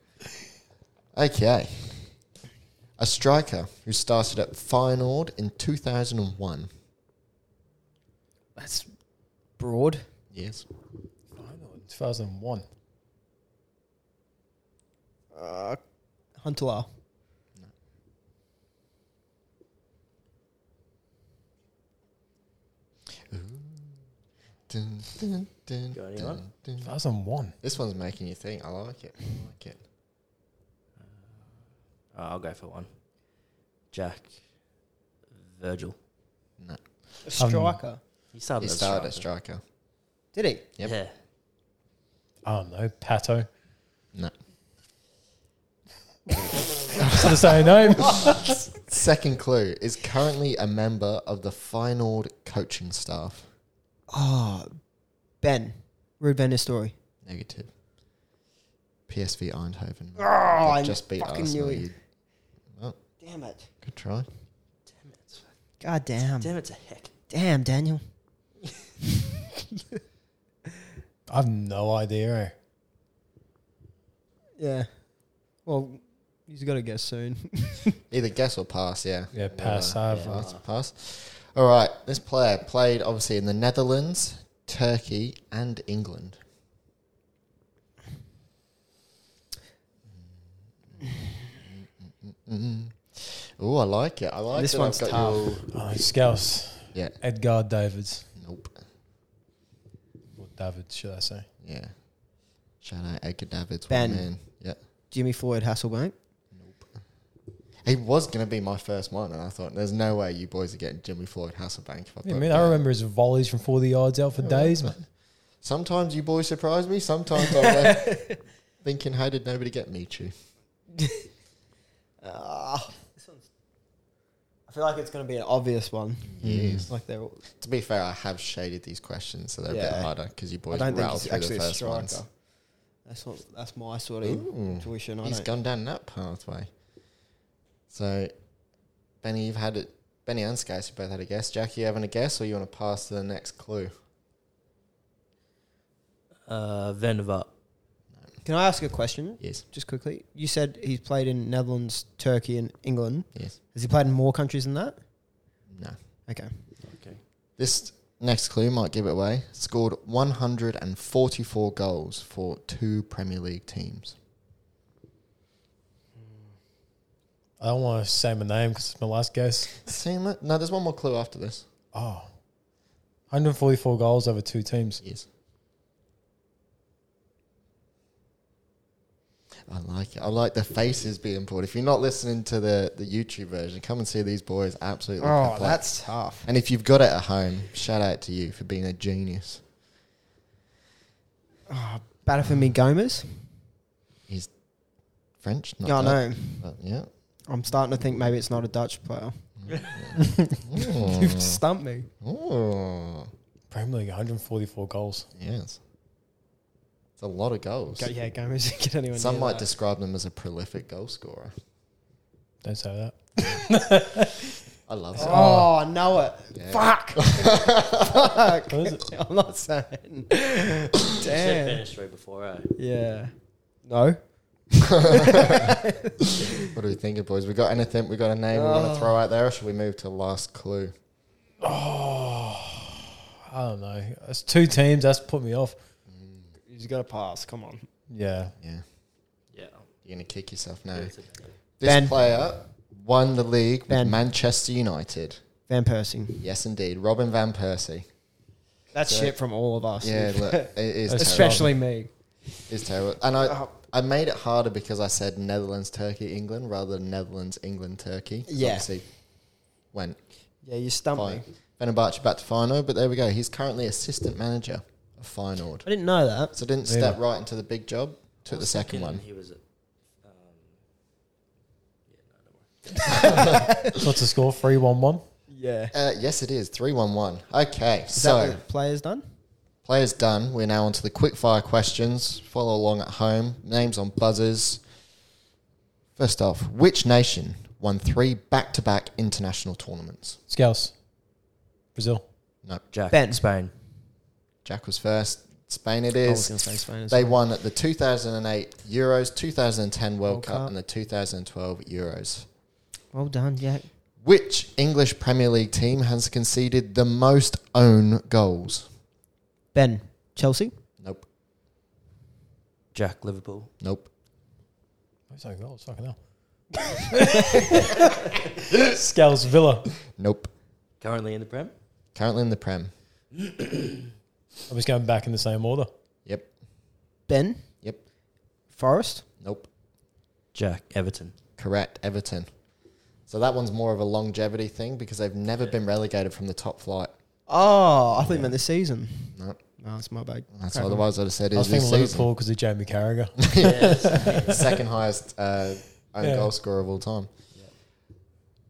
Speaker 3: Okay. A striker who started at Feyenoord in 2001.
Speaker 4: That's broad.
Speaker 3: Yes.
Speaker 2: 2001.
Speaker 4: Uh, Huntelaar.
Speaker 3: Dun, dun, dun,
Speaker 1: Got anyone?
Speaker 3: dun, dun.
Speaker 2: 2001.
Speaker 3: This one's making you think. I like it. I like it.
Speaker 1: Uh, I'll go for one. Jack Virgil.
Speaker 3: No.
Speaker 4: Striker.
Speaker 1: He started.
Speaker 3: He
Speaker 1: as a
Speaker 3: started at
Speaker 1: striker.
Speaker 3: striker.
Speaker 4: Did he?
Speaker 3: Yep.
Speaker 1: Yeah.
Speaker 2: I don't know. Pato.
Speaker 3: No.
Speaker 2: It's the same name.
Speaker 3: Second clue is currently a member of the Feyenoord coaching staff.
Speaker 4: Oh, Ben. Rude Van Nistelrooy.
Speaker 3: Negative. PSV Eindhoven. Oh,
Speaker 4: Ah, I fucking knew it.
Speaker 3: Well,
Speaker 4: Damn it.
Speaker 3: good try.
Speaker 1: Damn it.
Speaker 4: God damn.
Speaker 1: Damn it's a heck.
Speaker 4: Damn, Daniel.
Speaker 2: I have no idea. eh?
Speaker 4: Yeah. Well, he's got to guess soon.
Speaker 3: Either guess or pass. Yeah.
Speaker 2: Yeah, pass.
Speaker 3: Whatever.
Speaker 2: I've,
Speaker 3: Pass, pass. All right. This player played obviously in the Netherlands, Turkey, and England. Oh, I like it. I like
Speaker 4: This
Speaker 3: that I've
Speaker 4: one's
Speaker 3: got
Speaker 4: tough.
Speaker 3: your-
Speaker 2: Oh, Scouse.
Speaker 3: Yeah.
Speaker 2: Edgar Davids.
Speaker 3: Nope.
Speaker 2: Or David, should I say.
Speaker 3: Yeah. Shout out Edgar Davids. what a
Speaker 4: Ben.
Speaker 3: Man. Yeah.
Speaker 4: Jimmy Floyd Hasselbank.
Speaker 3: He was going to be my first one, and I thought, there's no way you boys are getting Jimmy Floyd Hasselbank. If
Speaker 2: Yeah,
Speaker 3: I, put
Speaker 2: man,
Speaker 3: Ben.
Speaker 2: I remember his volleys from 40 yards out for days, man.
Speaker 3: Sometimes you boys surprise me. Sometimes I'm left thinking, how did nobody get Michu?
Speaker 4: Ah, this one's. I feel like it's going to be an obvious one.
Speaker 3: Yes.
Speaker 4: Like they're. All,
Speaker 3: To be fair, I have shaded these questions, so they're a bit
Speaker 4: Yeah.
Speaker 3: harder because you
Speaker 4: I
Speaker 3: boys
Speaker 4: don't think
Speaker 3: rattled
Speaker 4: he's
Speaker 3: through
Speaker 4: actually
Speaker 3: the
Speaker 4: a
Speaker 3: first
Speaker 4: striker.
Speaker 3: ones.
Speaker 4: That's what. That's my sort of
Speaker 3: Ooh,
Speaker 4: intuition. I
Speaker 3: he's
Speaker 4: don't-
Speaker 3: gone down that pathway. So, Benny, you've had it. Benny and Scouse, you both had a guess. Jackie, you having a guess, or you want to pass to the next clue?
Speaker 1: Uh, Van der Vaart.
Speaker 4: Can I ask a question?
Speaker 3: Yes.
Speaker 4: Just quickly, you said he's played in Netherlands, Turkey, and England.
Speaker 3: Yes.
Speaker 4: Has he played in more countries than that?
Speaker 3: No.
Speaker 4: Okay.
Speaker 3: This next clue might give it away. Scored 144 goals for two Premier League teams.
Speaker 2: I don't want to say my name because it's my last guess.
Speaker 3: Same. li- No, there's one more clue after this.
Speaker 2: Oh. 144 goals over two teams.
Speaker 3: Yes. I like it. I like the faces being pulled. If you're not listening to the, the YouTube version, come and see these boys absolutely.
Speaker 4: Oh,
Speaker 3: pepper.
Speaker 4: that's tough.
Speaker 3: And if you've got it at home, shout out to you for being a genius.
Speaker 4: Oh, batter for me, Gomez.
Speaker 3: He's French. Not
Speaker 4: Yeah, I
Speaker 3: Dutch,
Speaker 4: know.
Speaker 3: but yeah.
Speaker 4: I'm starting to think maybe it's not a Dutch player. You've
Speaker 3: Mm.
Speaker 4: stumped me.
Speaker 3: Ooh.
Speaker 2: Premier League, 144 goals.
Speaker 3: Yes. It's a lot of goals.
Speaker 4: Go, yeah, Gomez. Get anyone?
Speaker 3: Some
Speaker 4: near
Speaker 3: might
Speaker 4: that.
Speaker 3: describe them as a prolific goal scorer.
Speaker 2: Don't say that.
Speaker 3: I love that.
Speaker 4: Oh, I know it.
Speaker 3: Yeah.
Speaker 4: Fuck. Fuck.
Speaker 2: What is it?
Speaker 4: I'm not saying. Damn.
Speaker 1: before, eh?
Speaker 4: Yeah. No.
Speaker 3: What are we thinking, boys? We got anything? We got a name we
Speaker 4: Oh.
Speaker 3: want to throw out there, or should we move to last clue?
Speaker 2: Oh, I don't know. It's two teams. That's put me off.
Speaker 4: He's got to pass. Come on.
Speaker 2: Yeah.
Speaker 3: Yeah.
Speaker 1: Yeah.
Speaker 3: You're going to kick yourself now. This
Speaker 4: Ben.
Speaker 3: player won the league with
Speaker 4: Ben.
Speaker 3: Manchester United.
Speaker 4: Van Persie.
Speaker 3: Yes, indeed. Robin Van Persie.
Speaker 4: That's
Speaker 3: Yeah.
Speaker 4: shit from all of us.
Speaker 3: Yeah, look, it is
Speaker 2: That's
Speaker 3: terrible.
Speaker 4: Especially me. Oh,
Speaker 3: It's terrible. And
Speaker 4: Uh,
Speaker 3: I, I made it harder because I said Netherlands, Turkey, England rather than Netherlands, England, Turkey.
Speaker 4: Yeah.
Speaker 3: Obviously went
Speaker 4: Yeah, you stumped
Speaker 3: fine.
Speaker 4: me.
Speaker 3: Fenerbahce back to Feyenoord, but there we go. He's currently assistant manager of Feyenoord.
Speaker 4: I didn't know that.
Speaker 3: So didn't
Speaker 2: Really?
Speaker 3: step right into the big job. Took the second one.
Speaker 1: He was. at, Um,
Speaker 2: What's the score? Three one one.
Speaker 4: Yeah.
Speaker 3: Uh, yes, it is. 3 1 1. Okay,
Speaker 4: Is
Speaker 3: so.
Speaker 4: that what the players done?
Speaker 3: Players done. We're now on to the quickfire questions. Follow along at home. Names on buzzers. First off, which nation won three back to back international tournaments?
Speaker 2: Scouts. Brazil.
Speaker 3: No,
Speaker 1: Jack.
Speaker 4: Ben.
Speaker 1: Spain.
Speaker 3: Jack was first. Spain it
Speaker 4: I was
Speaker 3: is.
Speaker 4: going to say Spain. as
Speaker 3: They
Speaker 4: well.
Speaker 3: won at the 2008 Euros, 2010 World,
Speaker 4: World
Speaker 3: Cup,
Speaker 4: Cup.
Speaker 3: and the 2012 Euros.
Speaker 4: Well done, Jack.
Speaker 3: Which English Premier League team has conceded the most own goals?
Speaker 4: Ben. Chelsea.
Speaker 3: Nope.
Speaker 1: Jack. Liverpool.
Speaker 3: Nope.
Speaker 2: Where's that goal? "Oh, Fucking hell. Scouts Villa.
Speaker 3: Nope.
Speaker 1: Currently in the Prem.
Speaker 3: Currently in the Prem.
Speaker 2: I'm just going back in the same order.
Speaker 3: Yep.
Speaker 4: Ben.
Speaker 3: Yep.
Speaker 4: Forest.
Speaker 3: Nope.
Speaker 1: Jack. Everton.
Speaker 3: Correct, Everton. So that one's more of a longevity thing because they've never been relegated from the top flight.
Speaker 4: Oh, I thought you meant this season.
Speaker 3: No,
Speaker 4: No, it's my bad.
Speaker 3: that's
Speaker 4: Crack on.
Speaker 3: otherwise I'd have said
Speaker 2: I was
Speaker 3: is
Speaker 2: thinking
Speaker 3: this
Speaker 2: Liverpool
Speaker 3: season
Speaker 2: because of Jamie Carragher.
Speaker 3: second highest uh, own
Speaker 2: Yeah.
Speaker 3: goal scorer of all time.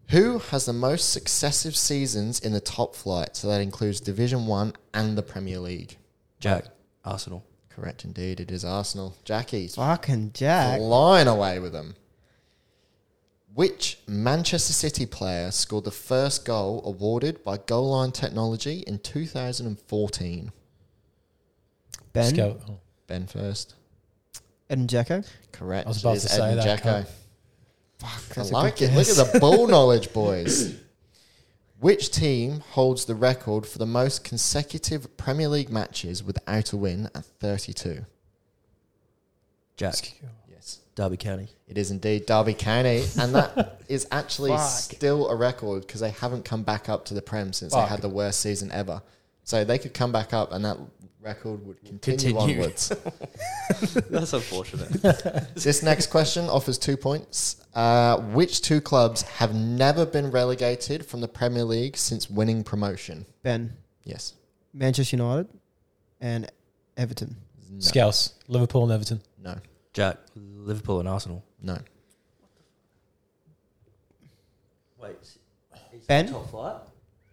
Speaker 3: Who has the most successive seasons in the top flight? So that includes Division One and the Premier League.
Speaker 1: Jack. Arsenal.
Speaker 3: Correct, indeed. It is Arsenal. Jackie's
Speaker 4: Fucking Jack.
Speaker 3: flying away with them. Which Manchester City player scored the first goal awarded by Goal Line Technology in 2014?
Speaker 4: Ben.
Speaker 2: Scout. Oh.
Speaker 3: Ben first.
Speaker 4: Ed and Jacko.
Speaker 3: Correct.
Speaker 2: I was about
Speaker 3: It is
Speaker 2: to say
Speaker 3: Edin
Speaker 2: that,
Speaker 3: Dzeko. I
Speaker 4: That's a
Speaker 3: like
Speaker 4: good
Speaker 3: it. Look at the ball knowledge, boys. Which team holds the record for the most consecutive Premier League matches without a win at 32?
Speaker 1: Jack.
Speaker 3: Yes.
Speaker 1: Derby County.
Speaker 3: It is indeed Derby County, and that is actually
Speaker 4: Fuck.
Speaker 3: still a record because they haven't come back up to the Prem since they
Speaker 2: Fuck.
Speaker 3: had the worst season ever. So they could come back up, and that record would continue,
Speaker 1: Continue.
Speaker 3: onwards.
Speaker 1: That's unfortunate.
Speaker 3: this next question offers two points. Uh, which two clubs have never been relegated from the Premier League since winning promotion?
Speaker 4: Ben.
Speaker 3: Yes.
Speaker 4: Manchester United. And Everton.
Speaker 3: No.
Speaker 2: Scouts. Liverpool and Everton.
Speaker 3: No.
Speaker 1: Jack. Liverpool and Arsenal.
Speaker 3: No.
Speaker 1: Wait.
Speaker 4: Ben?
Speaker 1: Top flight.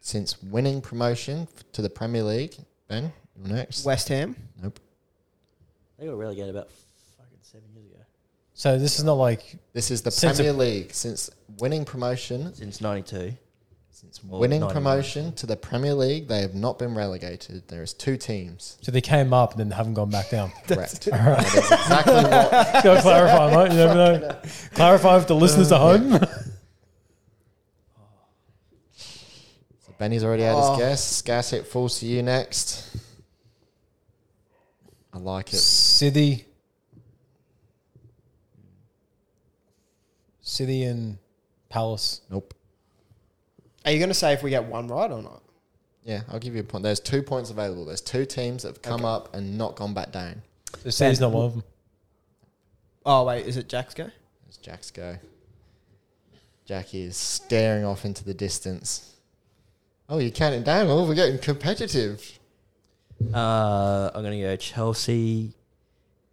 Speaker 3: Since winning promotion f- to the Premier League, Ben, you're next.
Speaker 4: West Ham.
Speaker 3: Nope.
Speaker 1: They got relegated about fucking seven years ago.
Speaker 2: So this is not like
Speaker 3: This is the
Speaker 2: Since a-
Speaker 3: Premier League since winning promotion
Speaker 1: Since '92.
Speaker 3: Since
Speaker 1: Or
Speaker 3: winning
Speaker 1: 99.
Speaker 3: promotion to the Premier League, they have not been relegated. There is two teams.
Speaker 2: so they came up and then haven't gone back down.
Speaker 3: Correct. That is exactly what.
Speaker 2: Gotta clarify, mate. You never know. Clarify if the listeners at home.
Speaker 3: So Benny's already had
Speaker 4: Oh.
Speaker 3: his guess. Scout it falls to you next. I like it.
Speaker 2: City. City and Palace.
Speaker 3: Nope.
Speaker 4: Are you going to say if we get one right or not?
Speaker 3: Yeah, I'll give you a point. There's two points available. There's two teams that have come up and not gone back down.
Speaker 2: So City's not one of them.
Speaker 4: Oh, wait. Is it Jack's go?
Speaker 3: As Jack's go. Jackie is staring off into the distance. Oh, you're counting down. Oh, we're getting competitive.
Speaker 1: Uh, I'm gonna go Chelsea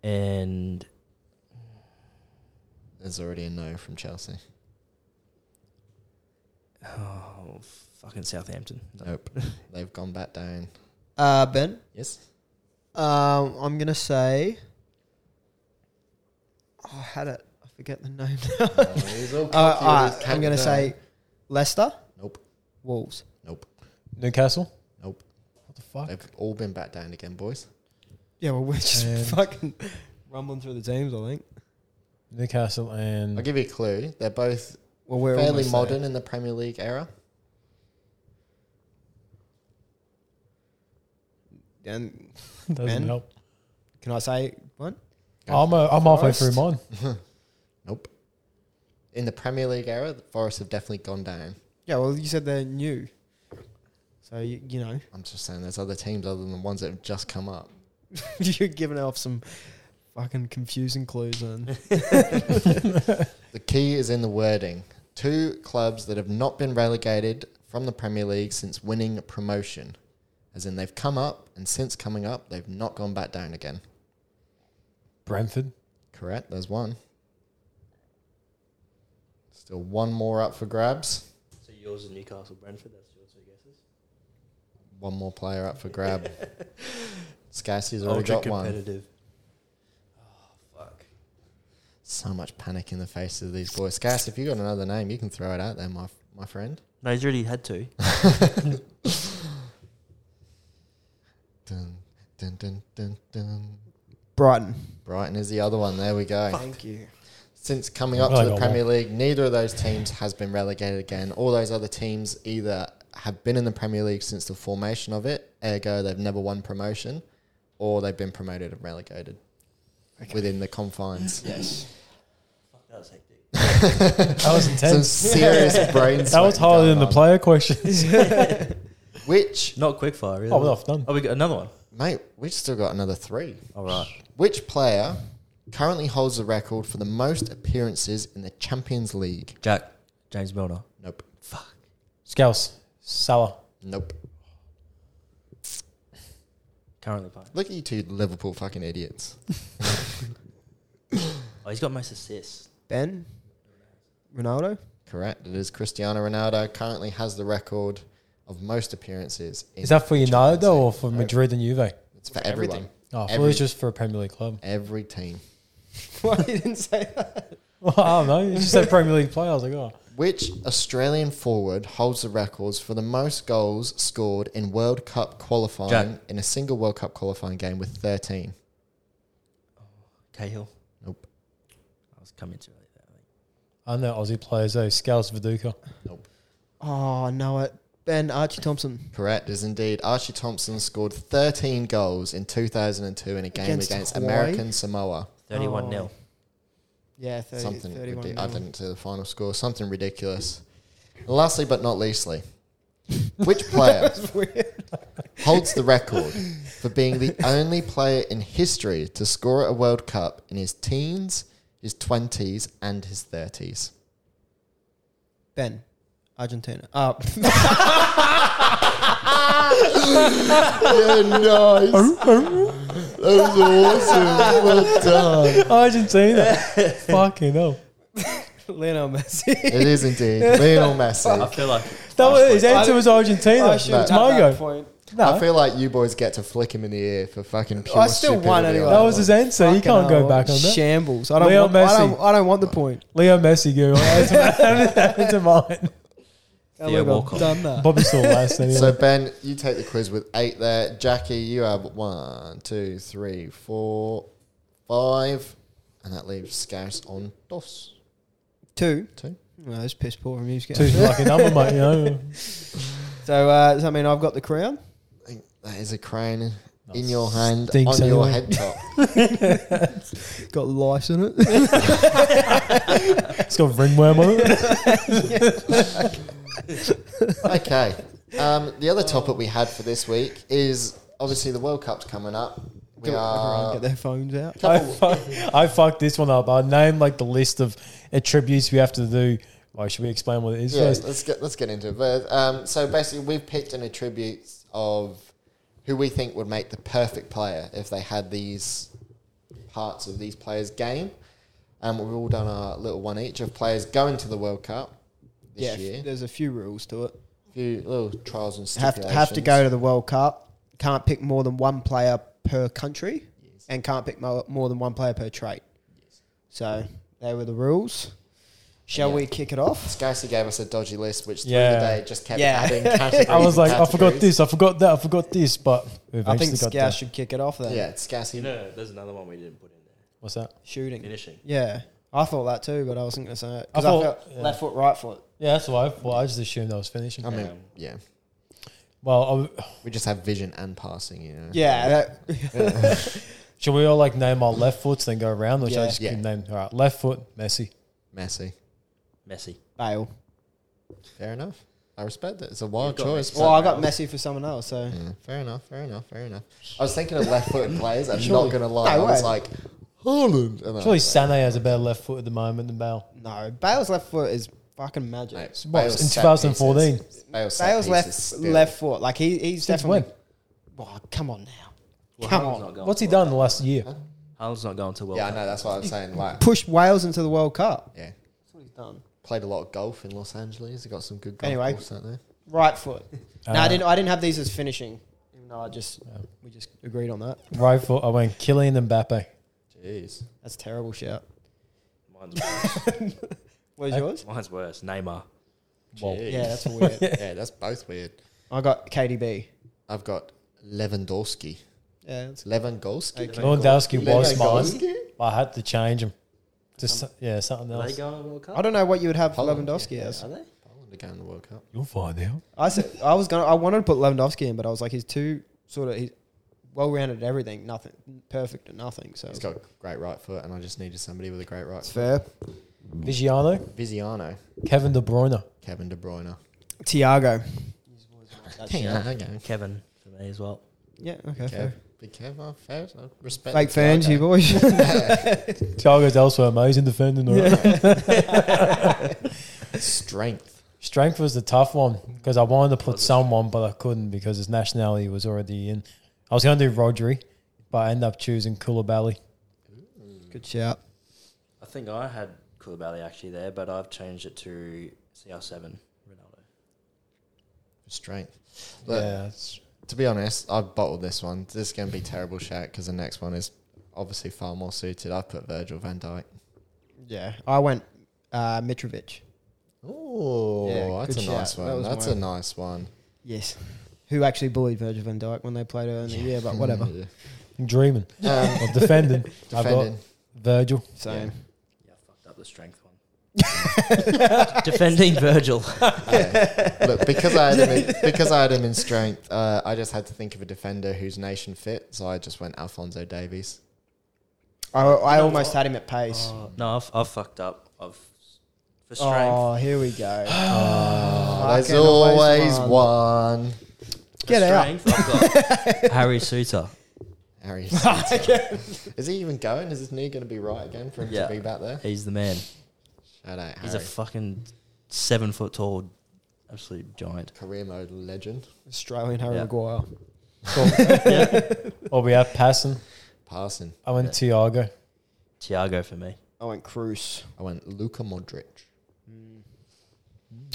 Speaker 1: and
Speaker 3: There's already a no from Chelsea.
Speaker 1: oh fucking Southampton.
Speaker 3: Nope. They've gone back down.
Speaker 4: Uh, ben.
Speaker 3: Yes.
Speaker 4: Um, I'm gonna say. Oh, I had it. I forget the name. now.
Speaker 3: uh,
Speaker 4: uh, alright, I'm gonna say Leicester,
Speaker 3: nope,
Speaker 4: Wolves.
Speaker 3: nope,
Speaker 2: Newcastle.
Speaker 3: nope.
Speaker 2: What the fuck?
Speaker 3: They've all been back down again, boys.
Speaker 4: Yeah, well, we're just
Speaker 2: And-
Speaker 4: fucking rumbling through the teams. I think.
Speaker 2: Newcastle and
Speaker 3: I'll give you a clue. They're both
Speaker 4: Well, we're
Speaker 3: fairly
Speaker 4: almost
Speaker 3: modern in the Premier League era.
Speaker 4: There. And
Speaker 2: doesn't
Speaker 4: Ben?
Speaker 2: help.
Speaker 4: can I say one?
Speaker 2: I'm, a, I'm halfway through
Speaker 4: Forest?
Speaker 2: mine.
Speaker 3: Nope. In the Premier League era, the Forest have definitely gone down.
Speaker 4: Yeah, well, you said they're new. So, you, you know,
Speaker 3: I'm just saying there's other teams other than the ones that have just come up.
Speaker 4: you're giving off some fucking confusing clues, man.
Speaker 3: The key is in the wording. Two clubs that have not been relegated from the Premier League since winning promotion. As in they've come up and since coming up they've not gone back down again.
Speaker 2: Brentford.
Speaker 3: Correct, there's one. Still one more up for grabs.
Speaker 1: So yours is Newcastle, Brentford. That's your two guesses.
Speaker 3: One more player up for grab. Scarcy's already got one.
Speaker 1: competitive. Oh fuck!
Speaker 3: So much panic in the faces of these boys. Scarcy, if you got another name, you can throw it out there, my my friend.
Speaker 1: No, he's already had two.
Speaker 3: Dun, dun, dun, dun, dun.
Speaker 4: Brighton.
Speaker 3: Brighton is the other one. There we go.
Speaker 4: Thank you.
Speaker 3: Since coming up
Speaker 2: Oh,
Speaker 3: to the
Speaker 2: no
Speaker 3: Premier League, neither of those teams has been relegated again. All those other teams either have been in the Premier League since the formation of it, ergo they've never won promotion, or they've been promoted and relegated within the confines.
Speaker 4: Yes.
Speaker 1: Fuck, that was hectic.
Speaker 2: That was
Speaker 3: Some
Speaker 2: intense.
Speaker 3: serious brain.
Speaker 2: that was
Speaker 3: sweat
Speaker 2: harder
Speaker 3: going
Speaker 2: than the
Speaker 3: on.
Speaker 2: player questions.
Speaker 3: Which
Speaker 1: Not quickfire, really.
Speaker 2: oh, well, I've done.
Speaker 1: Oh, we got another one.
Speaker 3: mate, we have still got another three.
Speaker 1: All right.
Speaker 3: Which player currently holds the record for the most appearances in the Champions League?
Speaker 1: Jack, James Milner.
Speaker 3: Nope.
Speaker 1: Fuck.
Speaker 2: Scouse. Salah.
Speaker 3: Nope.
Speaker 1: Currently playing.
Speaker 3: Look at you two Liverpool fucking idiots.
Speaker 1: Oh, he's got most assists.
Speaker 4: Ben? Ronaldo?
Speaker 3: Correct. It is Cristiano Ronaldo currently has the record of most appearances. In
Speaker 2: Is that for United
Speaker 3: Champions
Speaker 2: though, or
Speaker 3: League.
Speaker 2: for
Speaker 3: No,
Speaker 2: Madrid and Juve?
Speaker 3: It's for everyone.
Speaker 4: everything.
Speaker 2: Oh, I thought it
Speaker 3: Every-
Speaker 2: was just for a Premier League club.
Speaker 3: Every team.
Speaker 4: Why you didn't say that?
Speaker 2: Well, I don't know. You just said Premier League player. I was like, oh.
Speaker 3: Which Australian forward holds the records for the most goals scored in World Cup qualifying
Speaker 1: Jack.
Speaker 3: in a single World Cup qualifying game with 13?
Speaker 1: Cahill.
Speaker 3: Nope.
Speaker 1: I was coming to it. I think.
Speaker 2: I know Aussie players though. Scouse Viduka.
Speaker 3: Nope.
Speaker 4: Oh, no, it. Ben Archie Thompson.
Speaker 3: Correct is indeed. Archie Thompson scored 13 goals in 2002 in a game
Speaker 4: Against
Speaker 3: against,
Speaker 4: Hawaii?
Speaker 3: American Samoa.
Speaker 1: Thirty-one
Speaker 4: Oh.
Speaker 1: nil.
Speaker 4: Yeah, 30,
Speaker 3: something
Speaker 4: 31.
Speaker 3: ridiculous. I
Speaker 4: nil.
Speaker 3: didn't see the final score. Something ridiculous. And lastly, but not leastly, which player holds the record for being the only player in history to score at a World Cup in his teens, his twenties, and his thirties?
Speaker 4: Ben. Argentina. Uh,
Speaker 3: Yeah, nice. that was awesome. Well
Speaker 4: Oh.
Speaker 3: done.
Speaker 2: Argentina. Fucking hell.
Speaker 4: Lionel Messi.
Speaker 3: It is indeed Lionel Messi.
Speaker 1: I feel like
Speaker 2: That was, his answer
Speaker 4: I-
Speaker 2: was Argentina.
Speaker 4: I
Speaker 2: It's
Speaker 4: should have
Speaker 3: No.
Speaker 2: my
Speaker 4: done that
Speaker 2: go.
Speaker 4: point.
Speaker 2: No,
Speaker 3: I feel like you boys get to flick him in the ear for fucking pure
Speaker 4: I still won
Speaker 3: stupidity
Speaker 4: anyway.
Speaker 3: on
Speaker 2: that was his answer. You
Speaker 4: Fucking
Speaker 2: can't
Speaker 4: hell,
Speaker 2: go back on that.
Speaker 4: Shambles. I don't,
Speaker 2: Leo
Speaker 4: want, I, don't,
Speaker 2: Messi.
Speaker 4: I don't want the point.
Speaker 2: Leo Messi go. That's mine.
Speaker 4: I
Speaker 1: Theo
Speaker 4: would have
Speaker 1: Walcott.
Speaker 4: done that.
Speaker 2: Bobby saw last anyway.
Speaker 3: So Ben, you take the quiz with eight there. Jackie, you have one, two, three, four, five, and that leaves Scarce on dos.
Speaker 4: Two.
Speaker 3: Two.
Speaker 4: Well, that's piss poor from you.
Speaker 2: Two's
Speaker 4: Scott.
Speaker 2: your lucky number, mate. You know.
Speaker 4: So uh, does that mean I've got the crown?
Speaker 3: I think That is a crown in your hand
Speaker 2: Stinks
Speaker 3: on your
Speaker 2: anyway.
Speaker 3: head top.
Speaker 4: Got lice in it.
Speaker 2: It's got ringworm on it.
Speaker 3: okay. Um, the other topic we had for this week is obviously the World Cup's coming up. We
Speaker 4: Everyone
Speaker 3: are
Speaker 4: get their phones out.
Speaker 2: I,
Speaker 3: couple,
Speaker 2: fuck, I fucked this one up. I named like the list of attributes we have to do. Like, should we explain what it is
Speaker 3: yeah,
Speaker 2: first?
Speaker 3: let's get let's get into it. But, um, so basically, we've picked an attributes of who we think would make the perfect player if they had these parts of these players' game. Um, we've all done our little one each of players going to the World Cup this
Speaker 4: Yeah,
Speaker 3: year.
Speaker 4: there's a few rules to it.
Speaker 3: few little trials and
Speaker 4: Have
Speaker 3: stipulations.
Speaker 4: to, have to go to the World Cup. Can't pick more than one player per country, and can't pick mo- more than one player per trait. So they were the rules. Shall
Speaker 3: Yeah.
Speaker 4: we kick it off?
Speaker 3: Scarcely gave us a dodgy list, which
Speaker 2: Yeah.
Speaker 3: through the day just kept
Speaker 4: Yeah.
Speaker 3: adding categories.
Speaker 2: I was like,
Speaker 3: and
Speaker 2: I forgot
Speaker 3: categories.
Speaker 2: this, I forgot that, I forgot this, but we
Speaker 4: I think
Speaker 2: eventually got
Speaker 4: Scouse
Speaker 2: that.
Speaker 4: should kick it off then.
Speaker 3: Yeah, Scarcely.
Speaker 1: you know, there's another one we didn't put in there.
Speaker 2: What's that?
Speaker 4: Shooting.
Speaker 1: Finishing.
Speaker 4: Yeah, I thought that too, but I wasn't going to say it. 'Cause
Speaker 2: I
Speaker 4: I
Speaker 2: thought-
Speaker 4: felt
Speaker 2: yeah.
Speaker 4: left foot, right foot.
Speaker 2: Yeah, that's why. I, well, I just assumed I was finishing.
Speaker 3: I mean,
Speaker 1: Um,
Speaker 3: yeah,
Speaker 2: well, I,
Speaker 3: we just have vision and passing, you know.
Speaker 4: Yeah, that,
Speaker 2: Should we all like name our left foots, then go around, or should I
Speaker 4: Yeah.
Speaker 2: just
Speaker 3: Yeah.
Speaker 2: keep name? All right, left foot, Messi.
Speaker 3: Messi.
Speaker 1: Messi.
Speaker 4: Bale.
Speaker 3: Fair enough. I respect it. It's a wild
Speaker 1: got
Speaker 3: choice.
Speaker 4: Well,
Speaker 3: but-
Speaker 4: I got Messi for someone else, so
Speaker 3: Yeah, fair enough, fair enough, fair enough. I was thinking of left footed players. I'm
Speaker 2: Surely-
Speaker 3: not going to lie.
Speaker 4: No
Speaker 3: I was
Speaker 4: way.
Speaker 3: like, Holland. And I
Speaker 2: Surely
Speaker 3: was
Speaker 2: Sané has a better left foot at the moment than Bale.
Speaker 4: no. Bale's left foot is fucking magic.
Speaker 3: like, mate,
Speaker 2: What,
Speaker 3: Bale's
Speaker 2: in
Speaker 3: set
Speaker 2: 2014?
Speaker 3: pieces- Bale's, set
Speaker 4: Bale's left
Speaker 3: pieces still.
Speaker 4: left foot, like he, he's
Speaker 2: Since
Speaker 4: definitely.
Speaker 2: when?
Speaker 4: Oh, come on now,
Speaker 1: Well,
Speaker 4: come
Speaker 1: Haaland's
Speaker 4: on.
Speaker 1: not going
Speaker 2: What's he
Speaker 1: to-
Speaker 2: done in the last year?
Speaker 1: Haaland's not going to well.
Speaker 3: Yeah, I know. That's what I was saying. Like,
Speaker 4: Push Wales into the World Cup.
Speaker 3: yeah.
Speaker 4: That's what he's done.
Speaker 3: Played a lot of golf in Los Angeles. He got some good golf
Speaker 4: Anyway.
Speaker 3: course out there.
Speaker 4: Right foot. no,
Speaker 2: Uh,
Speaker 4: I didn't. I didn't have these as finishing. Even though I just we just agreed on that.
Speaker 2: Uh, Right foot, I went Killian Mbappe.
Speaker 3: Jeez.
Speaker 4: That's a terrible shout.
Speaker 1: Mine's worse.
Speaker 4: What is
Speaker 2: Uh,
Speaker 4: yours?
Speaker 1: Mine's worse. Neymar.
Speaker 2: Well,
Speaker 3: Jeez.
Speaker 4: Yeah, that's weird.
Speaker 3: yeah, that's both weird.
Speaker 4: I got KDB.
Speaker 3: I've got Lewandowski.
Speaker 4: Yeah, that's
Speaker 3: Lewandowski.
Speaker 4: Okay.
Speaker 2: Lewandowski was mine.
Speaker 3: Lewandowski?
Speaker 2: but I had to change him. Just yeah, something
Speaker 1: Are
Speaker 2: else.
Speaker 1: they going to the World Cup?
Speaker 4: I don't know what you would have for
Speaker 3: Holland,
Speaker 4: Lewandowski
Speaker 3: yeah.
Speaker 4: as.
Speaker 1: Are they?
Speaker 3: Poland to go in the World Cup.
Speaker 2: You'll find out.
Speaker 4: I said I was gonna. I wanted to put Lewandowski in, but I was like, he's too sort of he's well-rounded at everything, nothing perfect at nothing. So
Speaker 3: He's got a great right foot, and I just needed somebody with a great right
Speaker 4: it's
Speaker 3: foot.
Speaker 4: fair.
Speaker 2: Vigiano,
Speaker 3: Viziano,
Speaker 2: Kevin De Bruyne.
Speaker 3: Kevin De Bruyne.
Speaker 4: Tiago.
Speaker 3: Yeah, okay.
Speaker 1: Kevin for me as well.
Speaker 4: Yeah. Okay.
Speaker 3: Kev.
Speaker 4: Fair.
Speaker 3: Big Kev, I fair. I respect
Speaker 4: Fake
Speaker 3: the
Speaker 4: fans,
Speaker 3: guy.
Speaker 4: you boys.
Speaker 2: Thiago's elsewhere, mate. He's in defending. all right.
Speaker 3: Strength.
Speaker 2: Strength was the tough one because I wanted to put someone, but I couldn't because his nationality was already in. I was going to do Rodri, but I ended up choosing Koulibaly.
Speaker 4: Good shout.
Speaker 1: I think I had Koulibaly actually there, but I've changed it to CR7 Ronaldo.
Speaker 3: Strength.
Speaker 2: Yeah,
Speaker 3: Look,
Speaker 2: that's-
Speaker 3: To be honest, I've bottled this one. This is going to be terrible shout because the next one is obviously far more suited. I've put Virgil van Dyke.
Speaker 4: Yeah, I went uh, Mitrovic.
Speaker 3: Oh,
Speaker 4: Yeah,
Speaker 3: that's a
Speaker 4: good
Speaker 3: nice
Speaker 4: shout. That
Speaker 3: one.
Speaker 4: was
Speaker 3: that's
Speaker 4: mine.
Speaker 3: a nice one.
Speaker 4: Yes. Who actually bullied Virgil van Dijk when they played earlier in the year, but whatever.
Speaker 3: Yeah.
Speaker 2: I'm dreaming
Speaker 3: Um,
Speaker 2: of defending. I've got
Speaker 3: defending.
Speaker 2: Virgil.
Speaker 4: Same.
Speaker 1: Yeah, I fucked up the strength one. Defending Virgil.
Speaker 3: Yeah. Um, Look, because I had him in, because I had him in strength, uh, I just had to think of a defender who's nation fit. So I just went Alfonso Davies.
Speaker 4: I, I almost had him at pace.
Speaker 1: Oh, no, I've, I've fucked up. I've for strength.
Speaker 4: Oh, here we go.
Speaker 3: Oh, there's
Speaker 4: Ah, Fucking always
Speaker 3: always one.
Speaker 1: for
Speaker 4: get out.
Speaker 1: strength, I've got Harry Suter.
Speaker 3: Harry Suter. is he even going? Is his knee going to be right again for him
Speaker 1: Yeah.
Speaker 3: to be back there?
Speaker 1: He's the man.
Speaker 3: Shout out
Speaker 1: He's a
Speaker 3: Harry.
Speaker 1: fucking seven foot tall, absolute giant.
Speaker 3: career mode legend.
Speaker 4: Australian Harry
Speaker 1: Yeah.
Speaker 4: Maguire.
Speaker 2: Or we have passing.
Speaker 3: Passing.
Speaker 2: I went Thiago.
Speaker 1: Thiago for me.
Speaker 4: I went Cruz.
Speaker 3: I went Luka Modric.
Speaker 4: Mm.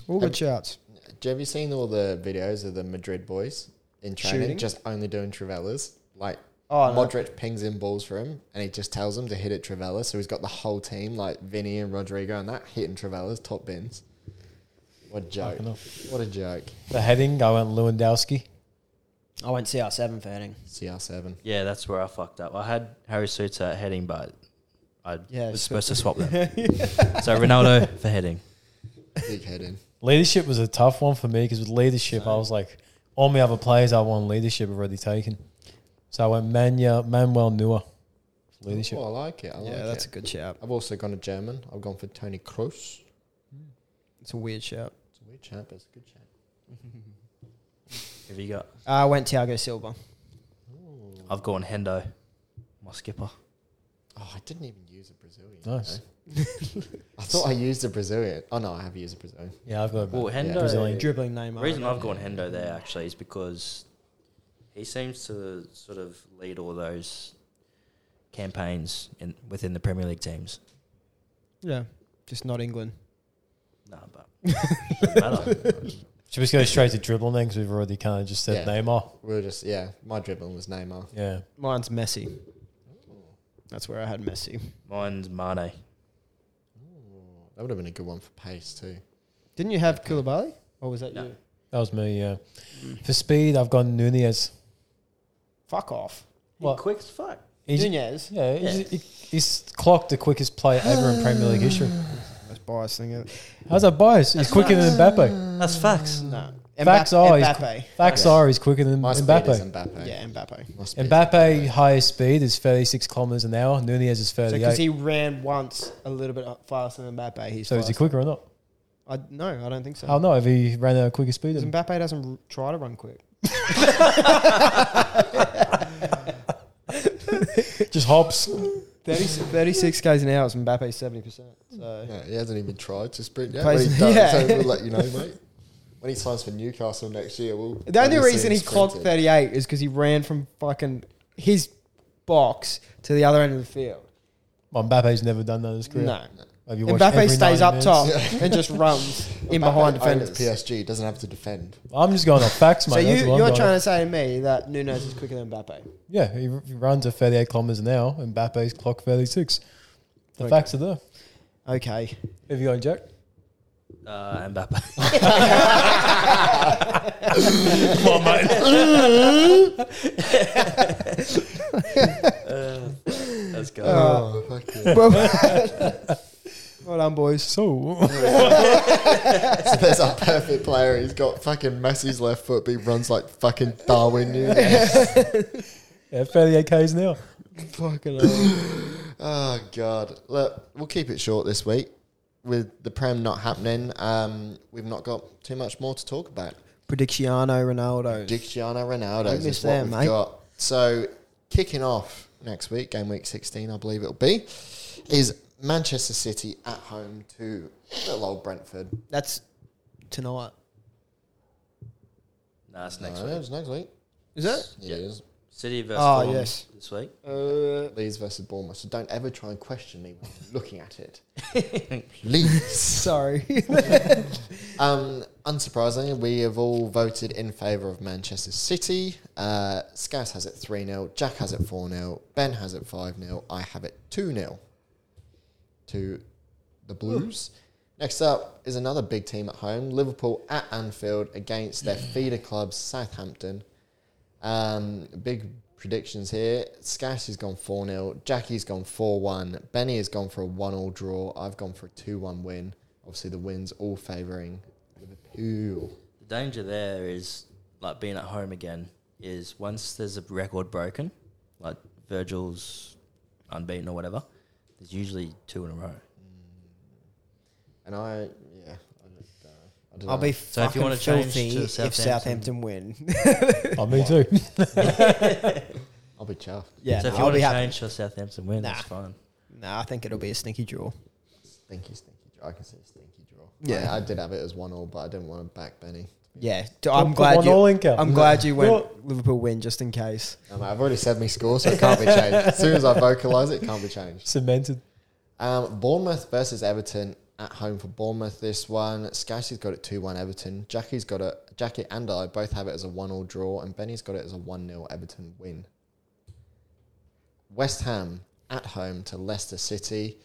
Speaker 4: All
Speaker 3: good
Speaker 4: good shouts.
Speaker 3: Have you seen all the videos of the Madrid boys in training
Speaker 4: Shooting?
Speaker 3: just only doing Travellas? Like
Speaker 4: Oh, no.
Speaker 3: Modric pings in balls for him and he just tells him to hit it Travella. So he's got the whole team like Vinny and Rodrigo and that hitting Travellas top bins. What a joke.
Speaker 2: Fucking hell.
Speaker 3: What a joke.
Speaker 2: The heading, I went Lewandowski.
Speaker 4: I went CR7 for heading.
Speaker 3: CR7.
Speaker 1: Yeah, that's where I fucked up. I had Harry Suter at heading, but I
Speaker 4: Yeah,
Speaker 1: was supposed to swap them. So Ronaldo for heading.
Speaker 3: Big head in.
Speaker 2: Leadership was a tough one for me because with leadership, I was like, all my other players I won leadership already taken. So I went Manu- Manuel Neuer. Leadership.
Speaker 3: Oh, I like it. I like
Speaker 4: yeah, that's
Speaker 3: it.
Speaker 4: a good shout.
Speaker 3: I've also gone a German. I've gone for Tony Kroos.
Speaker 4: It's a weird shout.
Speaker 3: It's a weird chap, but it's a good chap.
Speaker 1: Have you got?
Speaker 4: I went Thiago Silva.
Speaker 1: I've gone Hendo, my skipper.
Speaker 3: Oh, I didn't even use a Brazilian.
Speaker 2: Nice.
Speaker 3: you know. I thought I used a Brazilian. Oh no, I have used a Brazilian.
Speaker 2: Yeah, I've got.
Speaker 1: Well, Hendo.
Speaker 2: Brazilian.
Speaker 4: Dribbling
Speaker 1: The
Speaker 4: Neymar.
Speaker 1: reason I've gone Hendo there actually is because he seems to sort of lead all those campaigns in within the Premier League teams.
Speaker 4: Yeah, just not England.
Speaker 1: No, but doesn't matter.
Speaker 2: Should we just go straight to dribbling then? Because we've already kind of just said
Speaker 3: Yeah.
Speaker 2: Neymar.
Speaker 3: We were just yeah. My dribbling was Neymar.
Speaker 2: Yeah.
Speaker 4: Mine's Messi. That's where I had Messi.
Speaker 1: Mine's Mane.
Speaker 3: That would have been a good one for pace too.
Speaker 4: Didn't you have Koulibaly? Or was that
Speaker 1: No.
Speaker 4: you?
Speaker 2: That was me, yeah. For speed, I've gone Nunez.
Speaker 4: Fuck off.
Speaker 2: What?
Speaker 1: Quick as fuck.
Speaker 2: He's,
Speaker 4: Nunez.
Speaker 2: yeah,
Speaker 1: Yeah.
Speaker 2: He's, he- he's clocked the quickest player ever in Premier League history.
Speaker 4: Most biased thing. ever.
Speaker 2: How's that biased? He's quicker than Mbappe.
Speaker 1: That's facts.
Speaker 4: No.
Speaker 2: Facts
Speaker 4: Mbappe-
Speaker 2: are he's-
Speaker 4: Mbappe.
Speaker 2: Facts are he's quicker than
Speaker 3: My
Speaker 2: Mbappe.
Speaker 3: speed is Mbappe.
Speaker 4: Yeah, Mbappe.
Speaker 3: My speed is
Speaker 2: Mbappe highest speed is 36 kilometers an hour. Nunez is
Speaker 4: So because
Speaker 2: 38.
Speaker 4: he ran once a little bit faster than Mbappe, he's
Speaker 2: So, is he
Speaker 4: faster.
Speaker 2: quicker or not?
Speaker 4: I, no, I don't think so.
Speaker 2: Oh no, if he ran at a quicker speed,
Speaker 4: Because
Speaker 2: then
Speaker 4: Mbappe doesn't r- try to run quick.
Speaker 2: just hops.
Speaker 4: 30, 36 k's an hour is Mbappe's seventy percent. So
Speaker 3: Yeah, he hasn't even tried to sprint yet.
Speaker 4: Plays-
Speaker 3: but he does,
Speaker 4: yeah.
Speaker 3: so we'll let you know, mate. When he signs for Newcastle next year, we'll.
Speaker 4: the only
Speaker 3: we'll see
Speaker 4: reason
Speaker 3: him
Speaker 4: he clocked
Speaker 3: sprinting.
Speaker 4: thirty eight is because he ran from fucking his box to the other end of the field.
Speaker 2: Well, Mbappe's never done that in his career.
Speaker 4: No,
Speaker 2: Have you watched every
Speaker 4: Mbappe stays
Speaker 2: 90
Speaker 4: up
Speaker 2: minutes?
Speaker 4: top and just runs in
Speaker 3: Mbappe
Speaker 4: behind
Speaker 3: owns
Speaker 4: defenders.
Speaker 3: PSG doesn't have to defend.
Speaker 2: I'm just going off facts, mate.
Speaker 4: So you,
Speaker 2: That's what I'm
Speaker 4: you're
Speaker 2: going
Speaker 4: trying
Speaker 2: off.
Speaker 4: to say to me that Nunes is quicker than Mbappe?
Speaker 2: Yeah, he, he runs at 38 kilometers an hour, and Mbappe's clock 36. The
Speaker 4: Okay.
Speaker 2: facts are there.
Speaker 4: Okay.
Speaker 2: Have you got Jack?
Speaker 1: Uh, Mbappe. Uh, let's go.
Speaker 3: Oh, fuck yeah.
Speaker 4: Well done, boys.
Speaker 2: So
Speaker 3: so there's our perfect player. He's got fucking Messi's left foot, but he runs like fucking Darwin Nunes.
Speaker 2: yeah, 38 k's an hour.
Speaker 4: Fucking hell.
Speaker 3: oh god. Look, we'll keep it short this week. With the prem not happening, um, we've not got too much more to talk about.
Speaker 4: Predicciano Ronaldo.
Speaker 3: Cristiano
Speaker 4: I
Speaker 3: Ronaldo
Speaker 4: miss
Speaker 3: is what
Speaker 4: them,
Speaker 3: we've
Speaker 4: mate.
Speaker 3: got. So kicking off next week, game week 16, I believe it'll be, is Manchester City at home to little old Brentford.
Speaker 4: That's tonight.
Speaker 1: nah, it's next
Speaker 3: No,
Speaker 1: week.
Speaker 3: it's next week.
Speaker 4: Is it?
Speaker 3: Yeah, it is.
Speaker 1: City versus
Speaker 4: Oh,
Speaker 1: Bournemouth
Speaker 4: yes.
Speaker 1: this week.
Speaker 4: Uh,
Speaker 3: Leeds versus Bournemouth. So don't ever try and question me when you're looking at it. Please.
Speaker 4: sorry.
Speaker 3: Um, unsurprisingly, we have all voted in favour of Manchester City. Uh, Scouse has it 3 0, Jack has it 4 0, Ben has it 5 0, I have it 2 0 to the Blues. Next up is another big team at home Liverpool at Anfield against their feeder club, Southampton. Um, big predictions here. Scash has gone 4 0. Jackie's gone 4 1. Benny has gone for a 1 all draw. I've gone for a 2 1 win. Obviously, the wins all favouring Liverpool.
Speaker 1: The danger there is like being at home again is once there's a record broken, like Virgil's unbeaten or whatever, there's usually two in a row.
Speaker 3: And I, yeah, I just, uh, I don't
Speaker 4: I'll
Speaker 3: know.
Speaker 4: be
Speaker 1: So if you
Speaker 4: fucking
Speaker 1: wanna change
Speaker 4: filthy
Speaker 1: to
Speaker 4: if
Speaker 1: Southampton-
Speaker 4: Southampton win.
Speaker 2: Oh, me too.
Speaker 3: I'll be chuffed.
Speaker 4: yeah,
Speaker 1: so if you
Speaker 4: I'll
Speaker 1: want
Speaker 4: be
Speaker 1: to
Speaker 4: happy.
Speaker 1: change to Southampton win,
Speaker 4: Nah.
Speaker 1: that's fine.
Speaker 4: Nah, I think it'll be a sneaky draw.
Speaker 3: Stinky, stinky draw. I can see a stinky draw.
Speaker 4: Yeah.
Speaker 3: I, I did have it as 1 all, but I didn't want to back Benny.
Speaker 4: Yeah, d- I'm
Speaker 2: Put
Speaker 4: glad
Speaker 2: one all
Speaker 4: you.
Speaker 2: in, Cal.
Speaker 4: I'm glad you went
Speaker 2: Well-
Speaker 4: Liverpool win just in case.
Speaker 3: Um, I've already said my score, so it can't be changed. As soon as I vocalise it, it can't be changed.
Speaker 2: Cemented.
Speaker 3: Um, Bournemouth versus Everton at home for Bournemouth. This one, Scousey's got it two one Everton. Jackie's got it. Jackie and I both have it as a one all draw, and Benny's got it as a one 0 Everton win. West Ham at home to Leicester City.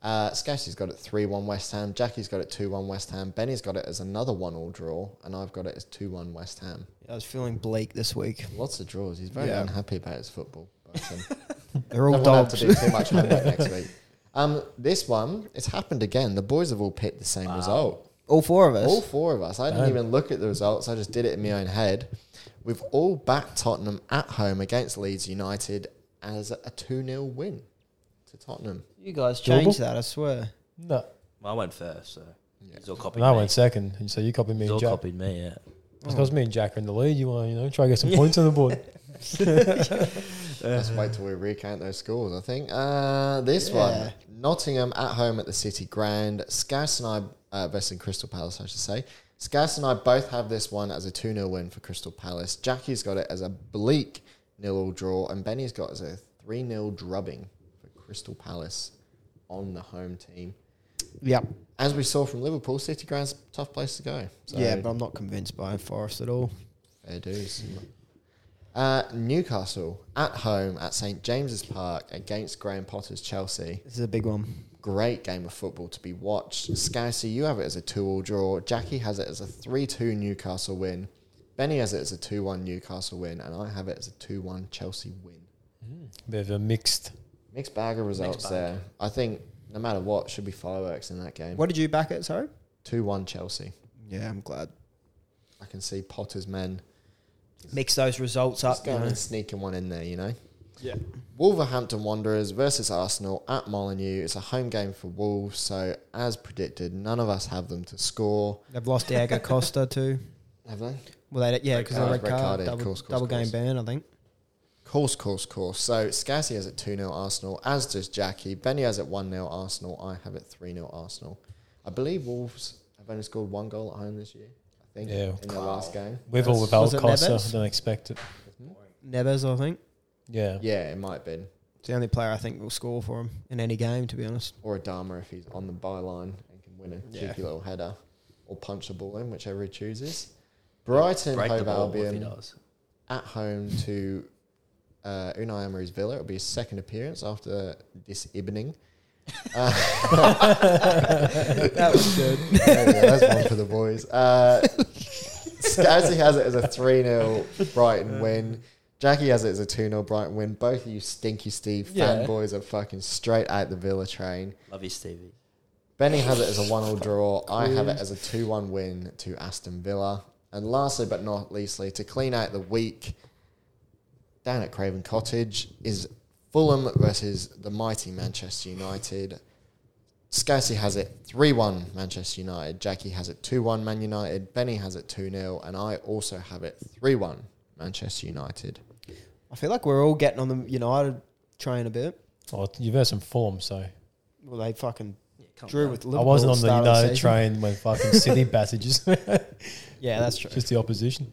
Speaker 3: Uh, Scousey's got it three one West Ham. Jackie's got it two one West Ham. Benny's got it as another one all draw, and I've got it as two one West Ham.
Speaker 4: I was feeling bleak this week.
Speaker 3: Lots of draws. He's very
Speaker 4: Yeah.
Speaker 3: unhappy about his football. But, um,
Speaker 4: They're all
Speaker 3: don't want
Speaker 4: dogs.
Speaker 3: to have to do too much homework next week. Um, this one, it's happened again. The boys have all picked the same result.
Speaker 4: All four of us.
Speaker 3: All four of us. I didn't even look at the results. I just did it in my own head. We've all backed Tottenham at home against Leeds United as a 2 0 win to Tottenham.
Speaker 4: You guys
Speaker 2: Doable?
Speaker 4: changed that, I swear.
Speaker 2: No,
Speaker 1: Well, I went first, so he's all copied
Speaker 2: and I
Speaker 1: me.
Speaker 2: went second, and so you copied me
Speaker 1: he's
Speaker 2: and
Speaker 1: all
Speaker 2: Jack.
Speaker 1: copied me, yeah.
Speaker 2: Because me and Jack are in the lead, you want to you know try to get some points on the board.
Speaker 3: Let's wait till we recount those scores, I think. Uh, this
Speaker 4: Mm-hmm. Yeah.
Speaker 3: one Nottingham at home at the City Grand. Scouse and I, uh, versus Crystal Palace, I should say. Scouse and I both have this one as a 2 0 win for Crystal Palace. Jackie's got it as a bleak nil all draw, and Benny's got it as a 3 0 drubbing for Crystal Palace on the home team.
Speaker 4: Yep.
Speaker 3: As we saw from Liverpool, City Grand's a tough place to go. So
Speaker 4: yeah, but I'm not convinced by Forest at all.
Speaker 3: Fair dues. Uh, Newcastle at home at St James's Park against Graham Potter's Chelsea.
Speaker 4: This is a big one.
Speaker 3: Great game of football to be watched. Scousey, you have it as a 2 all draw. Jackie has it as a 3 2 Newcastle win. Benny has it as a 2 1 Newcastle win. And I have it as a 2 1 Chelsea win.
Speaker 2: Bit of a mixed.
Speaker 3: Mixed bag of results there. I think no matter what, should be fireworks in that game.
Speaker 4: What did you back it, sorry?
Speaker 3: 2 1 Chelsea.
Speaker 4: Yeah, I'm glad.
Speaker 3: I can see Potter's men
Speaker 4: Mix those results
Speaker 3: just
Speaker 4: up. You
Speaker 3: going
Speaker 4: know.
Speaker 3: and sneaking one in there, you know.
Speaker 2: Yeah.
Speaker 3: Wolverhampton Wanderers versus Arsenal at Molineux. It's a home game for Wolves, so as predicted, none of us have them to score.
Speaker 4: They've lost Diego Costa too.
Speaker 3: Have they?
Speaker 4: Well, they yeah,
Speaker 3: Red
Speaker 4: because of the
Speaker 3: card, red
Speaker 4: red card,
Speaker 3: card, yeah,
Speaker 4: double,
Speaker 3: course, course,
Speaker 4: double game
Speaker 3: course.
Speaker 4: ban, I think.
Speaker 3: Course, course, course. So Scassi has it 2 0 Arsenal, as does Jackie. Benny has it 1 0 Arsenal. I have it 3 0 Arsenal. I believe Wolves have only scored one goal at home this year, I think,
Speaker 2: Yeah.
Speaker 3: in their last game.
Speaker 2: With or
Speaker 4: Was
Speaker 2: without
Speaker 4: it
Speaker 2: Costa,
Speaker 4: Neves?
Speaker 2: I don't expect it.
Speaker 4: Neves, I think.
Speaker 2: Yeah.
Speaker 3: Yeah, it might have been.
Speaker 4: It's the only player I think will score for him in any game, to be honest.
Speaker 3: Or Adama if he's on the byline and can win a
Speaker 4: Yeah.
Speaker 3: cheeky little header or punch the ball in, whichever he chooses. Brighton,
Speaker 1: Break the
Speaker 3: Hove
Speaker 1: ball if he
Speaker 3: Albion.
Speaker 1: does.
Speaker 3: at home to uh, Unai Emery's Villa. It'll be his second appearance after this evening. Uh,
Speaker 4: that was good.
Speaker 3: There we go, That's one for the boys. Uh, Scazzy has it as a 3 0 Brighton win. Jackie has it as a 2 0 Brighton win. Both of you stinky Steve
Speaker 2: Yeah.
Speaker 3: fanboys are fucking straight out the Villa train.
Speaker 1: Love you, Stevie.
Speaker 3: Benny has it as a 1 0 draw. I have it as a 2 1 win to Aston Villa. And lastly but not leastly, to clean out the week down at Craven Cottage is Fulham versus the mighty Manchester United. Scarcy has it 3 1 Manchester United. Jackie has it 2 1 Man United. Benny has it 2 0. And I also have it 3 1 Manchester United.
Speaker 4: I feel like we're all getting on the United train a bit.
Speaker 2: Well, Oh, you've heard some form, so
Speaker 4: Well, they fucking
Speaker 1: Yeah, come
Speaker 4: drew
Speaker 1: on.
Speaker 4: with Liverpool.
Speaker 2: I wasn't
Speaker 4: at
Speaker 2: on the
Speaker 4: start of
Speaker 2: United
Speaker 4: season.
Speaker 2: train when fucking City battered just,
Speaker 4: Yeah, that's true.
Speaker 2: just the opposition.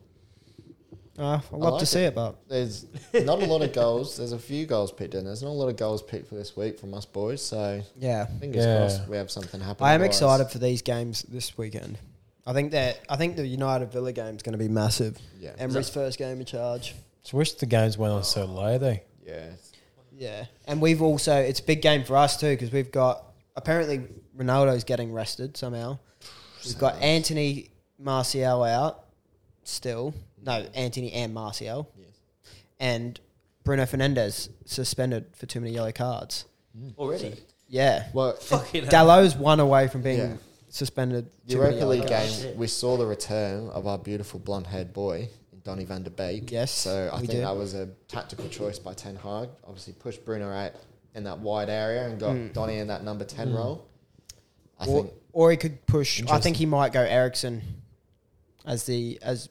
Speaker 4: Uh, I love
Speaker 3: like
Speaker 4: to see
Speaker 3: it.
Speaker 4: it, but
Speaker 3: There's not a lot of goals. There's a few goals picked in. There's not a lot of goals picked for this week from us boys. So
Speaker 4: yeah,
Speaker 3: Fingers
Speaker 2: Yeah.
Speaker 3: crossed we have something happen.
Speaker 4: I am
Speaker 3: for us.
Speaker 4: excited for these games this weekend. I think that I think the United Villa game is going to be massive.
Speaker 3: Yeah.
Speaker 4: Emery's first game in charge.
Speaker 2: So wish the games went on so late, eh?
Speaker 3: Yeah.
Speaker 4: Yeah, and we've also it's a big game for us too because we've got apparently Ronaldo's getting rested somehow. We've got Anthony Martial out still. No, Anthony and Martial,
Speaker 3: Yes.
Speaker 4: and Bruno Fernandez suspended for too many yellow cards.
Speaker 1: Already.
Speaker 4: Yeah,
Speaker 3: Well,
Speaker 1: Fucking hell.
Speaker 4: Dalot's one away from being
Speaker 3: Yeah.
Speaker 4: suspended.
Speaker 3: in
Speaker 4: too many
Speaker 3: Europa
Speaker 4: yellow
Speaker 3: League
Speaker 4: cards.
Speaker 3: game, we saw the return of our beautiful blonde haired boy, Donny van de Beek.
Speaker 4: Yes,
Speaker 3: So I
Speaker 4: we
Speaker 3: think
Speaker 4: did.
Speaker 3: that was a tactical choice by Ten Hag. Obviously, pushed Bruno out in that wide area and
Speaker 4: Hmm.
Speaker 3: got Donny in that number 10 role. I
Speaker 4: or,
Speaker 3: think.
Speaker 4: or he could push. I
Speaker 2: Interesting.
Speaker 4: think he might go Ericsson as the as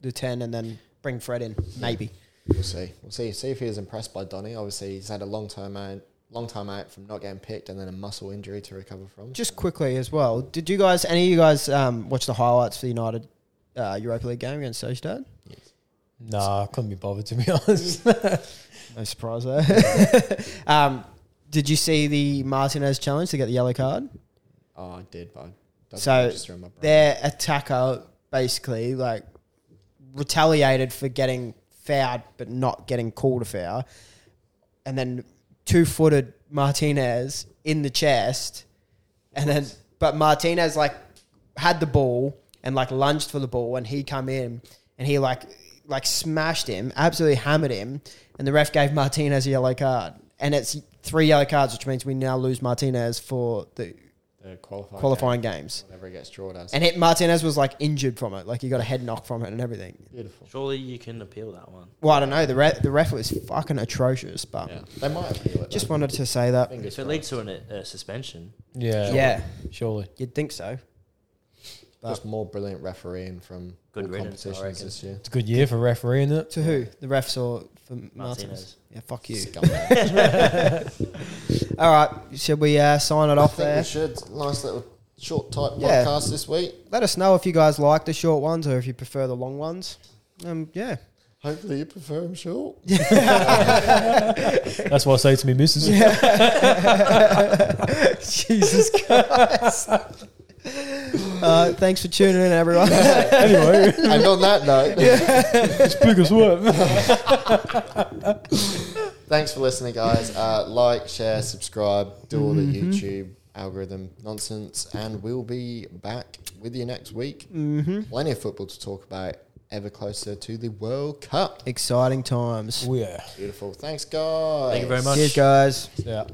Speaker 4: the ten, and then bring Fred in. Maybe.
Speaker 3: We'll see. We'll see. See if he is impressed by Donny. Obviously, he's had a long time out, long time out from not getting picked, and then a muscle injury to recover from.
Speaker 4: Just quickly as well. Did you guys? Any of you guys um, watch the highlights for the United uh, Europa League game against Sociedad?
Speaker 2: Nah, I couldn't be bothered to be honest.
Speaker 4: No surprise there. um, did you see the Martinez challenge to get the yellow card?
Speaker 3: Oh, I did, but I doesn't
Speaker 4: So,
Speaker 3: register in my brain.
Speaker 4: Their attacker basically like retaliated for getting fouled but not getting called a foul, and then two-footed Martinez in the chest, and then but Martinez like had the ball and like lunged for the ball, and he come in and he like like smashed him, absolutely hammered him, and the ref gave Martinez a yellow card, and it's three yellow cards, which means we now lose Martinez for the
Speaker 3: The qualifying,
Speaker 4: qualifying games.
Speaker 3: game, whatever it gets drawn as.
Speaker 4: And it, Martinez was like injured from it. Like he got a head knock from it and everything.
Speaker 3: Beautiful.
Speaker 1: Surely you can appeal that one.
Speaker 4: Well, I don't know. The, re- the ref was fucking atrocious, but
Speaker 3: Yeah. Um, They might appeal it.
Speaker 4: just
Speaker 3: Just
Speaker 4: wanted to say that.
Speaker 1: If it
Speaker 3: fingers crossed.
Speaker 1: leads to an, a suspension,
Speaker 3: uh,
Speaker 2: yeah.
Speaker 4: Yeah,
Speaker 2: Surely.
Speaker 4: you'd think so.
Speaker 3: Just more brilliant refereeing from
Speaker 1: Good
Speaker 3: all
Speaker 1: riddance, I
Speaker 3: competitions this year.
Speaker 2: It's a good year for refereeing it.
Speaker 4: To who? The refs or for
Speaker 1: Martinez.
Speaker 4: Martinez? Yeah, fuck you.
Speaker 3: Scumbag.
Speaker 4: All right, should we uh, sign it
Speaker 3: I
Speaker 4: off
Speaker 3: think
Speaker 4: there?
Speaker 3: we should. Nice little short type
Speaker 4: Yeah.
Speaker 3: podcast this week.
Speaker 4: Let us know if you guys like the short ones or if you prefer the long ones. Um, yeah.
Speaker 3: Hopefully you prefer them short.
Speaker 2: That's what I say to me, missus.
Speaker 4: Jesus Christ. uh, thanks for tuning in, everyone.
Speaker 2: anyway,
Speaker 3: and on that note,
Speaker 2: it's big as what?
Speaker 3: thanks for listening, guys. Uh, like, share, subscribe, do all the
Speaker 4: Mm-hmm.
Speaker 3: YouTube algorithm nonsense, and we'll be back with you next week. Mm-hmm. Plenty of football to talk about. Ever closer to the World Cup.
Speaker 4: Exciting times.
Speaker 2: Oh, yeah.
Speaker 3: Beautiful. Thanks, guys.
Speaker 1: thank you very much.
Speaker 4: Cheers, guys.
Speaker 2: Yeah.